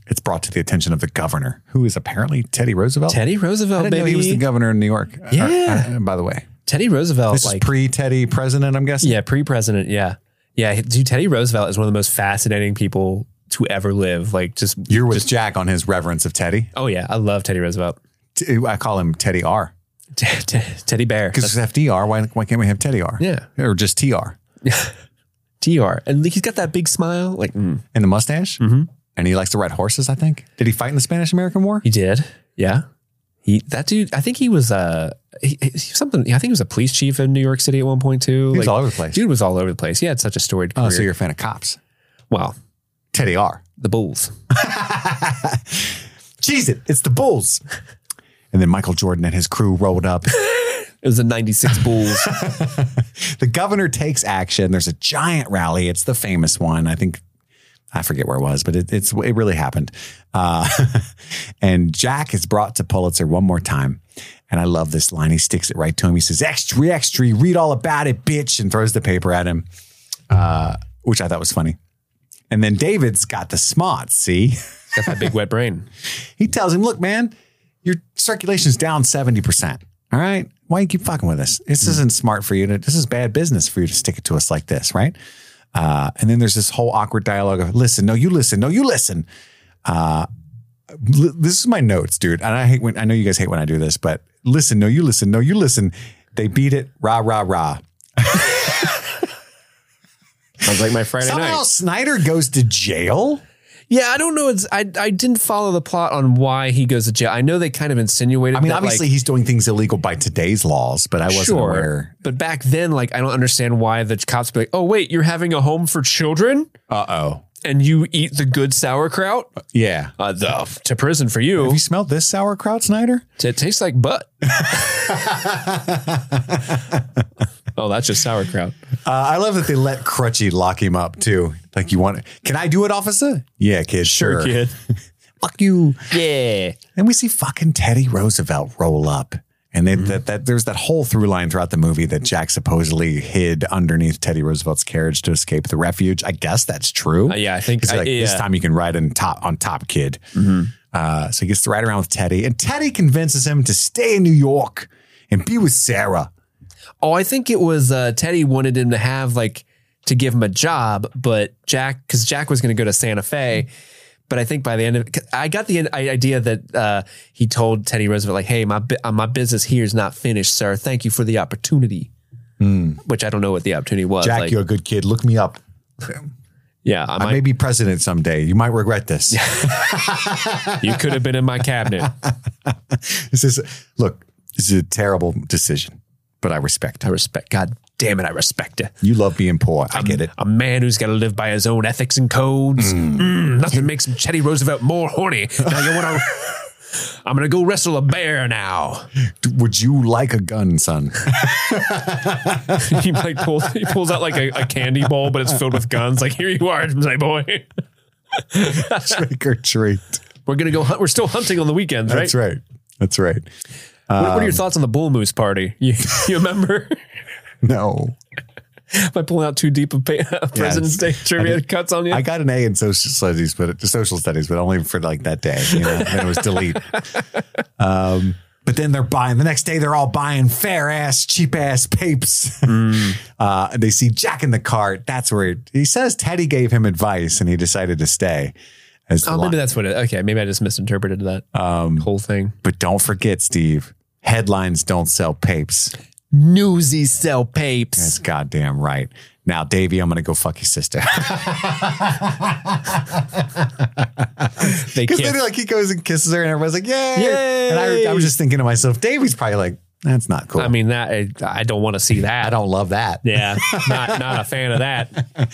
A: It's brought to the attention of the governor, who is apparently Teddy Roosevelt.
B: Teddy Roosevelt,
A: I didn't
B: baby.
A: know he was the governor of New York.
B: Yeah.
A: Uh, uh, by the way,
B: Teddy Roosevelt,
A: this
B: like,
A: is pre-Teddy president, I'm guessing.
B: yeah, pre president. Yeah. Yeah. Dude, Teddy Roosevelt is one of the most fascinating people to ever live. Like, just
A: You're with Jack on his reverence of Teddy.
B: Oh yeah, I love Teddy Roosevelt.
A: T- I call him Teddy R
B: T- t- Teddy Bear.
A: because it's FDR. Why, why can't we have Teddy R?
B: Yeah.
A: Or just TR
B: TR. And he's got that big smile. Like, mm.
A: and the mustache. And he likes to ride horses, I think. Did he fight in the Spanish American War?
B: he did. Yeah. He, that dude, I think he was, uh, he, he- something, I think he was a police chief in New York City at one point too.
A: He was all over the place.
B: Dude was all over the place. He had such a storied career.
A: Oh, so you're a fan of cops.
B: well,
A: Teddy R.
B: the Bulls.
A: Cheese it. It's the Bulls. And then Michael Jordan and his crew rolled up.
D: It was the 96 Bulls.
A: the governor takes action. There's a giant rally. It's the famous one. I think I forget where it was, but it, it's it really happened. Uh, and Jack is brought to Pulitzer one more time. And I love this line. He sticks it right to him. He says, "Extra, extra, read all about it, bitch," and throws the paper at him, uh, which I thought was funny. And then David's got the smart. See,
D: Got that big wet brain.
A: he tells him, "Look, man, your circulation's down seventy percent. All right, why you keep fucking with us?
D: Hmm.
A: This isn't smart for you. To, this is bad business for you to stick it to us like this, right?" Uh, and then there's this whole awkward dialogue of, "Listen, no, you listen, no, you listen." Uh, li- this is my notes, dude, and I hate when I know you guys hate when I do this, but listen, no, you listen, no, you listen. They beat it, rah rah rah.
D: Sounds like my Friday
A: Somehow
D: night.
A: Snyder goes to jail.
D: Yeah, I don't know. It's I I didn't follow the plot on why he goes to jail. I know they kind of insinuated.
A: I mean,
D: that,
A: obviously
D: like,
A: he's doing things illegal by today's laws, but I wasn't
D: sure,
A: aware.
D: but back then, like, I don't understand why the cops be like, "Oh, wait, you're having a home for children,
A: Uh oh.
D: and you eat the good sauerkraut."
A: Yeah.
D: Uh, the to prison for you.
A: Have you smelled this sauerkraut, Snyder?
D: It tastes like butt. oh, that's just sauerkraut.
A: Uh, I love that they let Crutchy lock him up too. Like, you want it? Can I do it, officer? Yeah, kid. Sure,
D: kid.
A: Fuck you.
D: Yeah.
A: Then we see fucking Teddy Roosevelt roll up. And
D: Mm-hmm.
A: they, that, that there's that whole through line throughout the movie that Jack supposedly hid underneath Teddy Roosevelt's carriage to escape the refuge. I guess that's true.
D: Uh, yeah, I think-
A: It's like,
D: I- yeah. Mm-hmm.
A: this time you can ride on top on top, kid. Uh, so he gets to ride around with Teddy, and Teddy convinces him to stay in New York and be with Sarah.
D: Oh, I think it was uh, Teddy wanted him to have like to give him a job, but Jack because Jack was going to go to Santa Fe. But I think by the end of, 'cause I got the in- i- idea that uh, he told Teddy Roosevelt like, "Hey, my bu- uh, my business here is not finished, sir. Thank you for the opportunity." Which I don't know what the opportunity was.
A: Hmm. Jack,
D: like,
A: you're a good kid. Look me up.
D: yeah, I
A: I may be president someday. You might regret this.
D: might- you could have been in my cabinet.
A: This is look. This is a terrible decision, but I respect
D: I
A: her.
D: respect. God damn it, I respect it.
A: You love being poor. I get it.
D: A man who's got to live by his own ethics and codes. Mm, nothing makes Teddy Roosevelt more horny. Now you want to? I'm gonna go wrestle a bear now.
A: D- Would you like a gun, son?
F: he like pulls he pulls out like a, a candy bowl, but it's filled with guns. Like here you are, my boy.
A: Trick or treat.
D: We're gonna go. Hunt. We're still hunting on the weekends, right?
A: That's right. That's right.
D: What, what are your thoughts on the bull moose party? You, you remember
A: No,
D: by pulling out too deep of pa- of President's Day trivia cuts on you?
A: I got an A in social studies, but social studies, but only for like that day. You know, then it was delete. Um, but then they're buying. The next day, they're all buying fair ass, cheap ass papes.
D: Mm.
A: Uh, and they see Jack in the cart. That's where it, he says Teddy gave him advice, and he decided to stay. As the
D: oh,
A: line-
D: maybe that's what it. Okay, maybe I just misinterpreted that
F: Um,
D: whole thing.
A: But don't forget, Steve, headlines don't sell papes.
D: Newsy sell papes.
A: That's goddamn right. Now, Davey, I'm going to go fuck your sister.
D: they
A: Because
D: can't.
A: then, like, he goes and kisses her, and everybody's like, yay.
D: Yay!
A: And I, I was just thinking to myself, Davey's probably like, that's not cool.
D: I mean that. I, I don't want to see that.
A: I don't love that.
D: Yeah, not not a fan of that.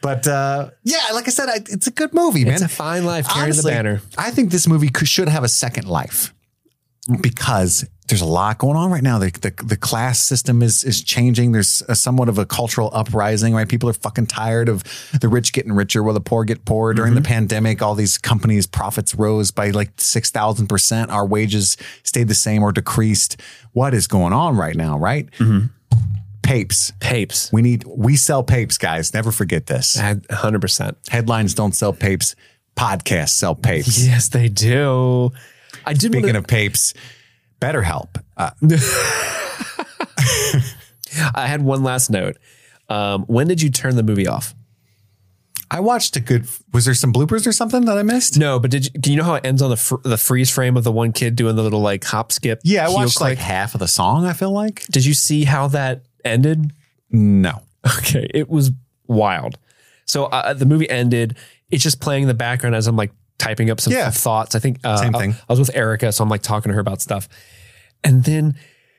A: But uh, yeah, like I said, I, it's a good movie, man.
D: It's a fine life carrying
A: Honestly,
D: the banner.
A: I think this movie could, should have a second life because there's a lot going on right now. The, the, the class system is is changing. There's a, somewhat of a cultural uprising, right? People are fucking tired of the rich getting richer while the poor get poorer. During the pandemic, all these companies' profits rose by like 6,000%. Our wages stayed the same or decreased. What is going on right now, right? Papes.
D: Papes.
A: We need, we sell papes, guys. Never forget this.
D: hundred percent.
A: Headlines don't sell papes. Podcasts sell papes.
D: Yes, they do. I did.
A: Speaking
D: Wanna,
A: of papes, BetterHelp. Uh,
D: I had one last note. Um, when did you turn the movie off?
A: I watched a good. Was there some bloopers or something that I missed?
D: No, but did you, do you know how it ends on the fr- the freeze frame of the one kid doing the little like hop skip?
A: Yeah, I
D: heel
A: watched like
D: click?
A: half of the song. I feel like
D: Did you see how that ended?
A: no.
D: Okay, it was wild. So uh, the movie ended. It's just playing in the background as I'm like typing up some
A: Yeah.
D: thoughts. I think uh,
A: Same thing.
D: I, I was with Erica, so I'm like talking to her about stuff, and then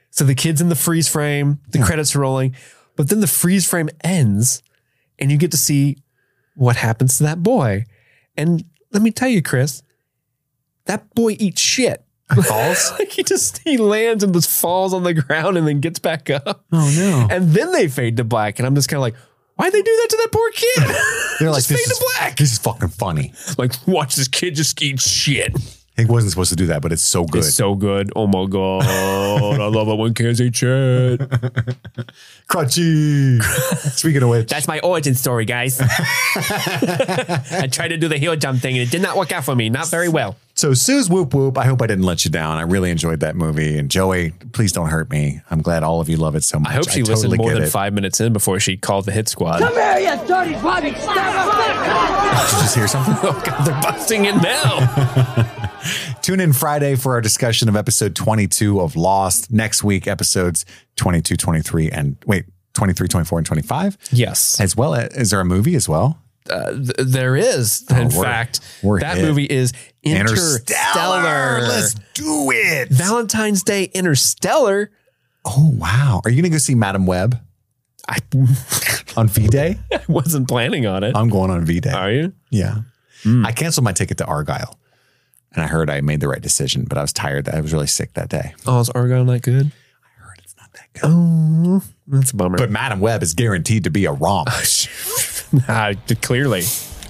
D: so the kids in the freeze frame, the
A: Hmm.
D: credits are rolling, but then the freeze frame ends, and you get to see what happens to that boy. And let me tell you, Chris, that boy eats shit.
A: Falls?
B: like he just he lands and just falls on the ground and then gets back up.
A: Oh, no.
B: And then they fade to black, and I'm just kind of like, why'd they do that to that poor kid?
A: They're like,
B: Just
A: this
B: fade to
A: is,
B: black.
A: this is fucking funny.
B: like, watch this kid just eat shit.
A: He wasn't supposed to do that, but it's so good.
B: It's so good. Oh my god, I love it when kids eat shit.
A: Crunchy. Speaking of which,
B: That's my origin story, guys. I tried to do the heel jump thing and it did not work out for me. Not very well.
A: so Sue's whoop whoop. I hope I didn't let you down. I really enjoyed that movie. And Joey, please don't hurt me. I'm glad all of you love it so much.
B: I hope she listened
A: totally
B: more
A: get
B: than
A: it.
B: five minutes in before she called the hit squad.
A: Did you just hear something?
B: Oh god, they're busting it now.
A: Tune in Friday for our discussion of episode 22 of Lost. Next week, episodes 22, 23, and wait, 23, 24, and 25.
B: yes,
A: As well as, is there a movie as well?
B: th- there is. In
A: Oh, we're-
B: fact,
A: we're
B: that
A: hit.
B: movie is Interstellar.
A: Let's do it.
B: Valentine's Day Interstellar.
A: oh, wow. Are you going to go see Madam Web
B: I
A: on V Day?
B: wasn't planning on it.
A: I'm going on V Day.
B: Are you?
A: Yeah.
B: Hmm.
A: I canceled my ticket to Argyle and I heard I made the right decision, but I was tired. I was really sick that day.
B: Oh, is Argon not good?
A: Heard it's not that good.
B: That's a bummer.
A: But Madam Web is guaranteed to be a romp.
B: Ah, d- clearly.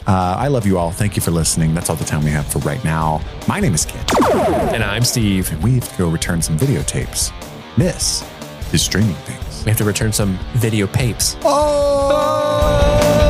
A: Uh, I love you all. Thank you for listening. That's all the time we have for right now. My name is Kit,
B: And I'm Steve.
A: and we have to go return some videotapes. This is streaming things.
B: We have to return some video papes.
A: Oh!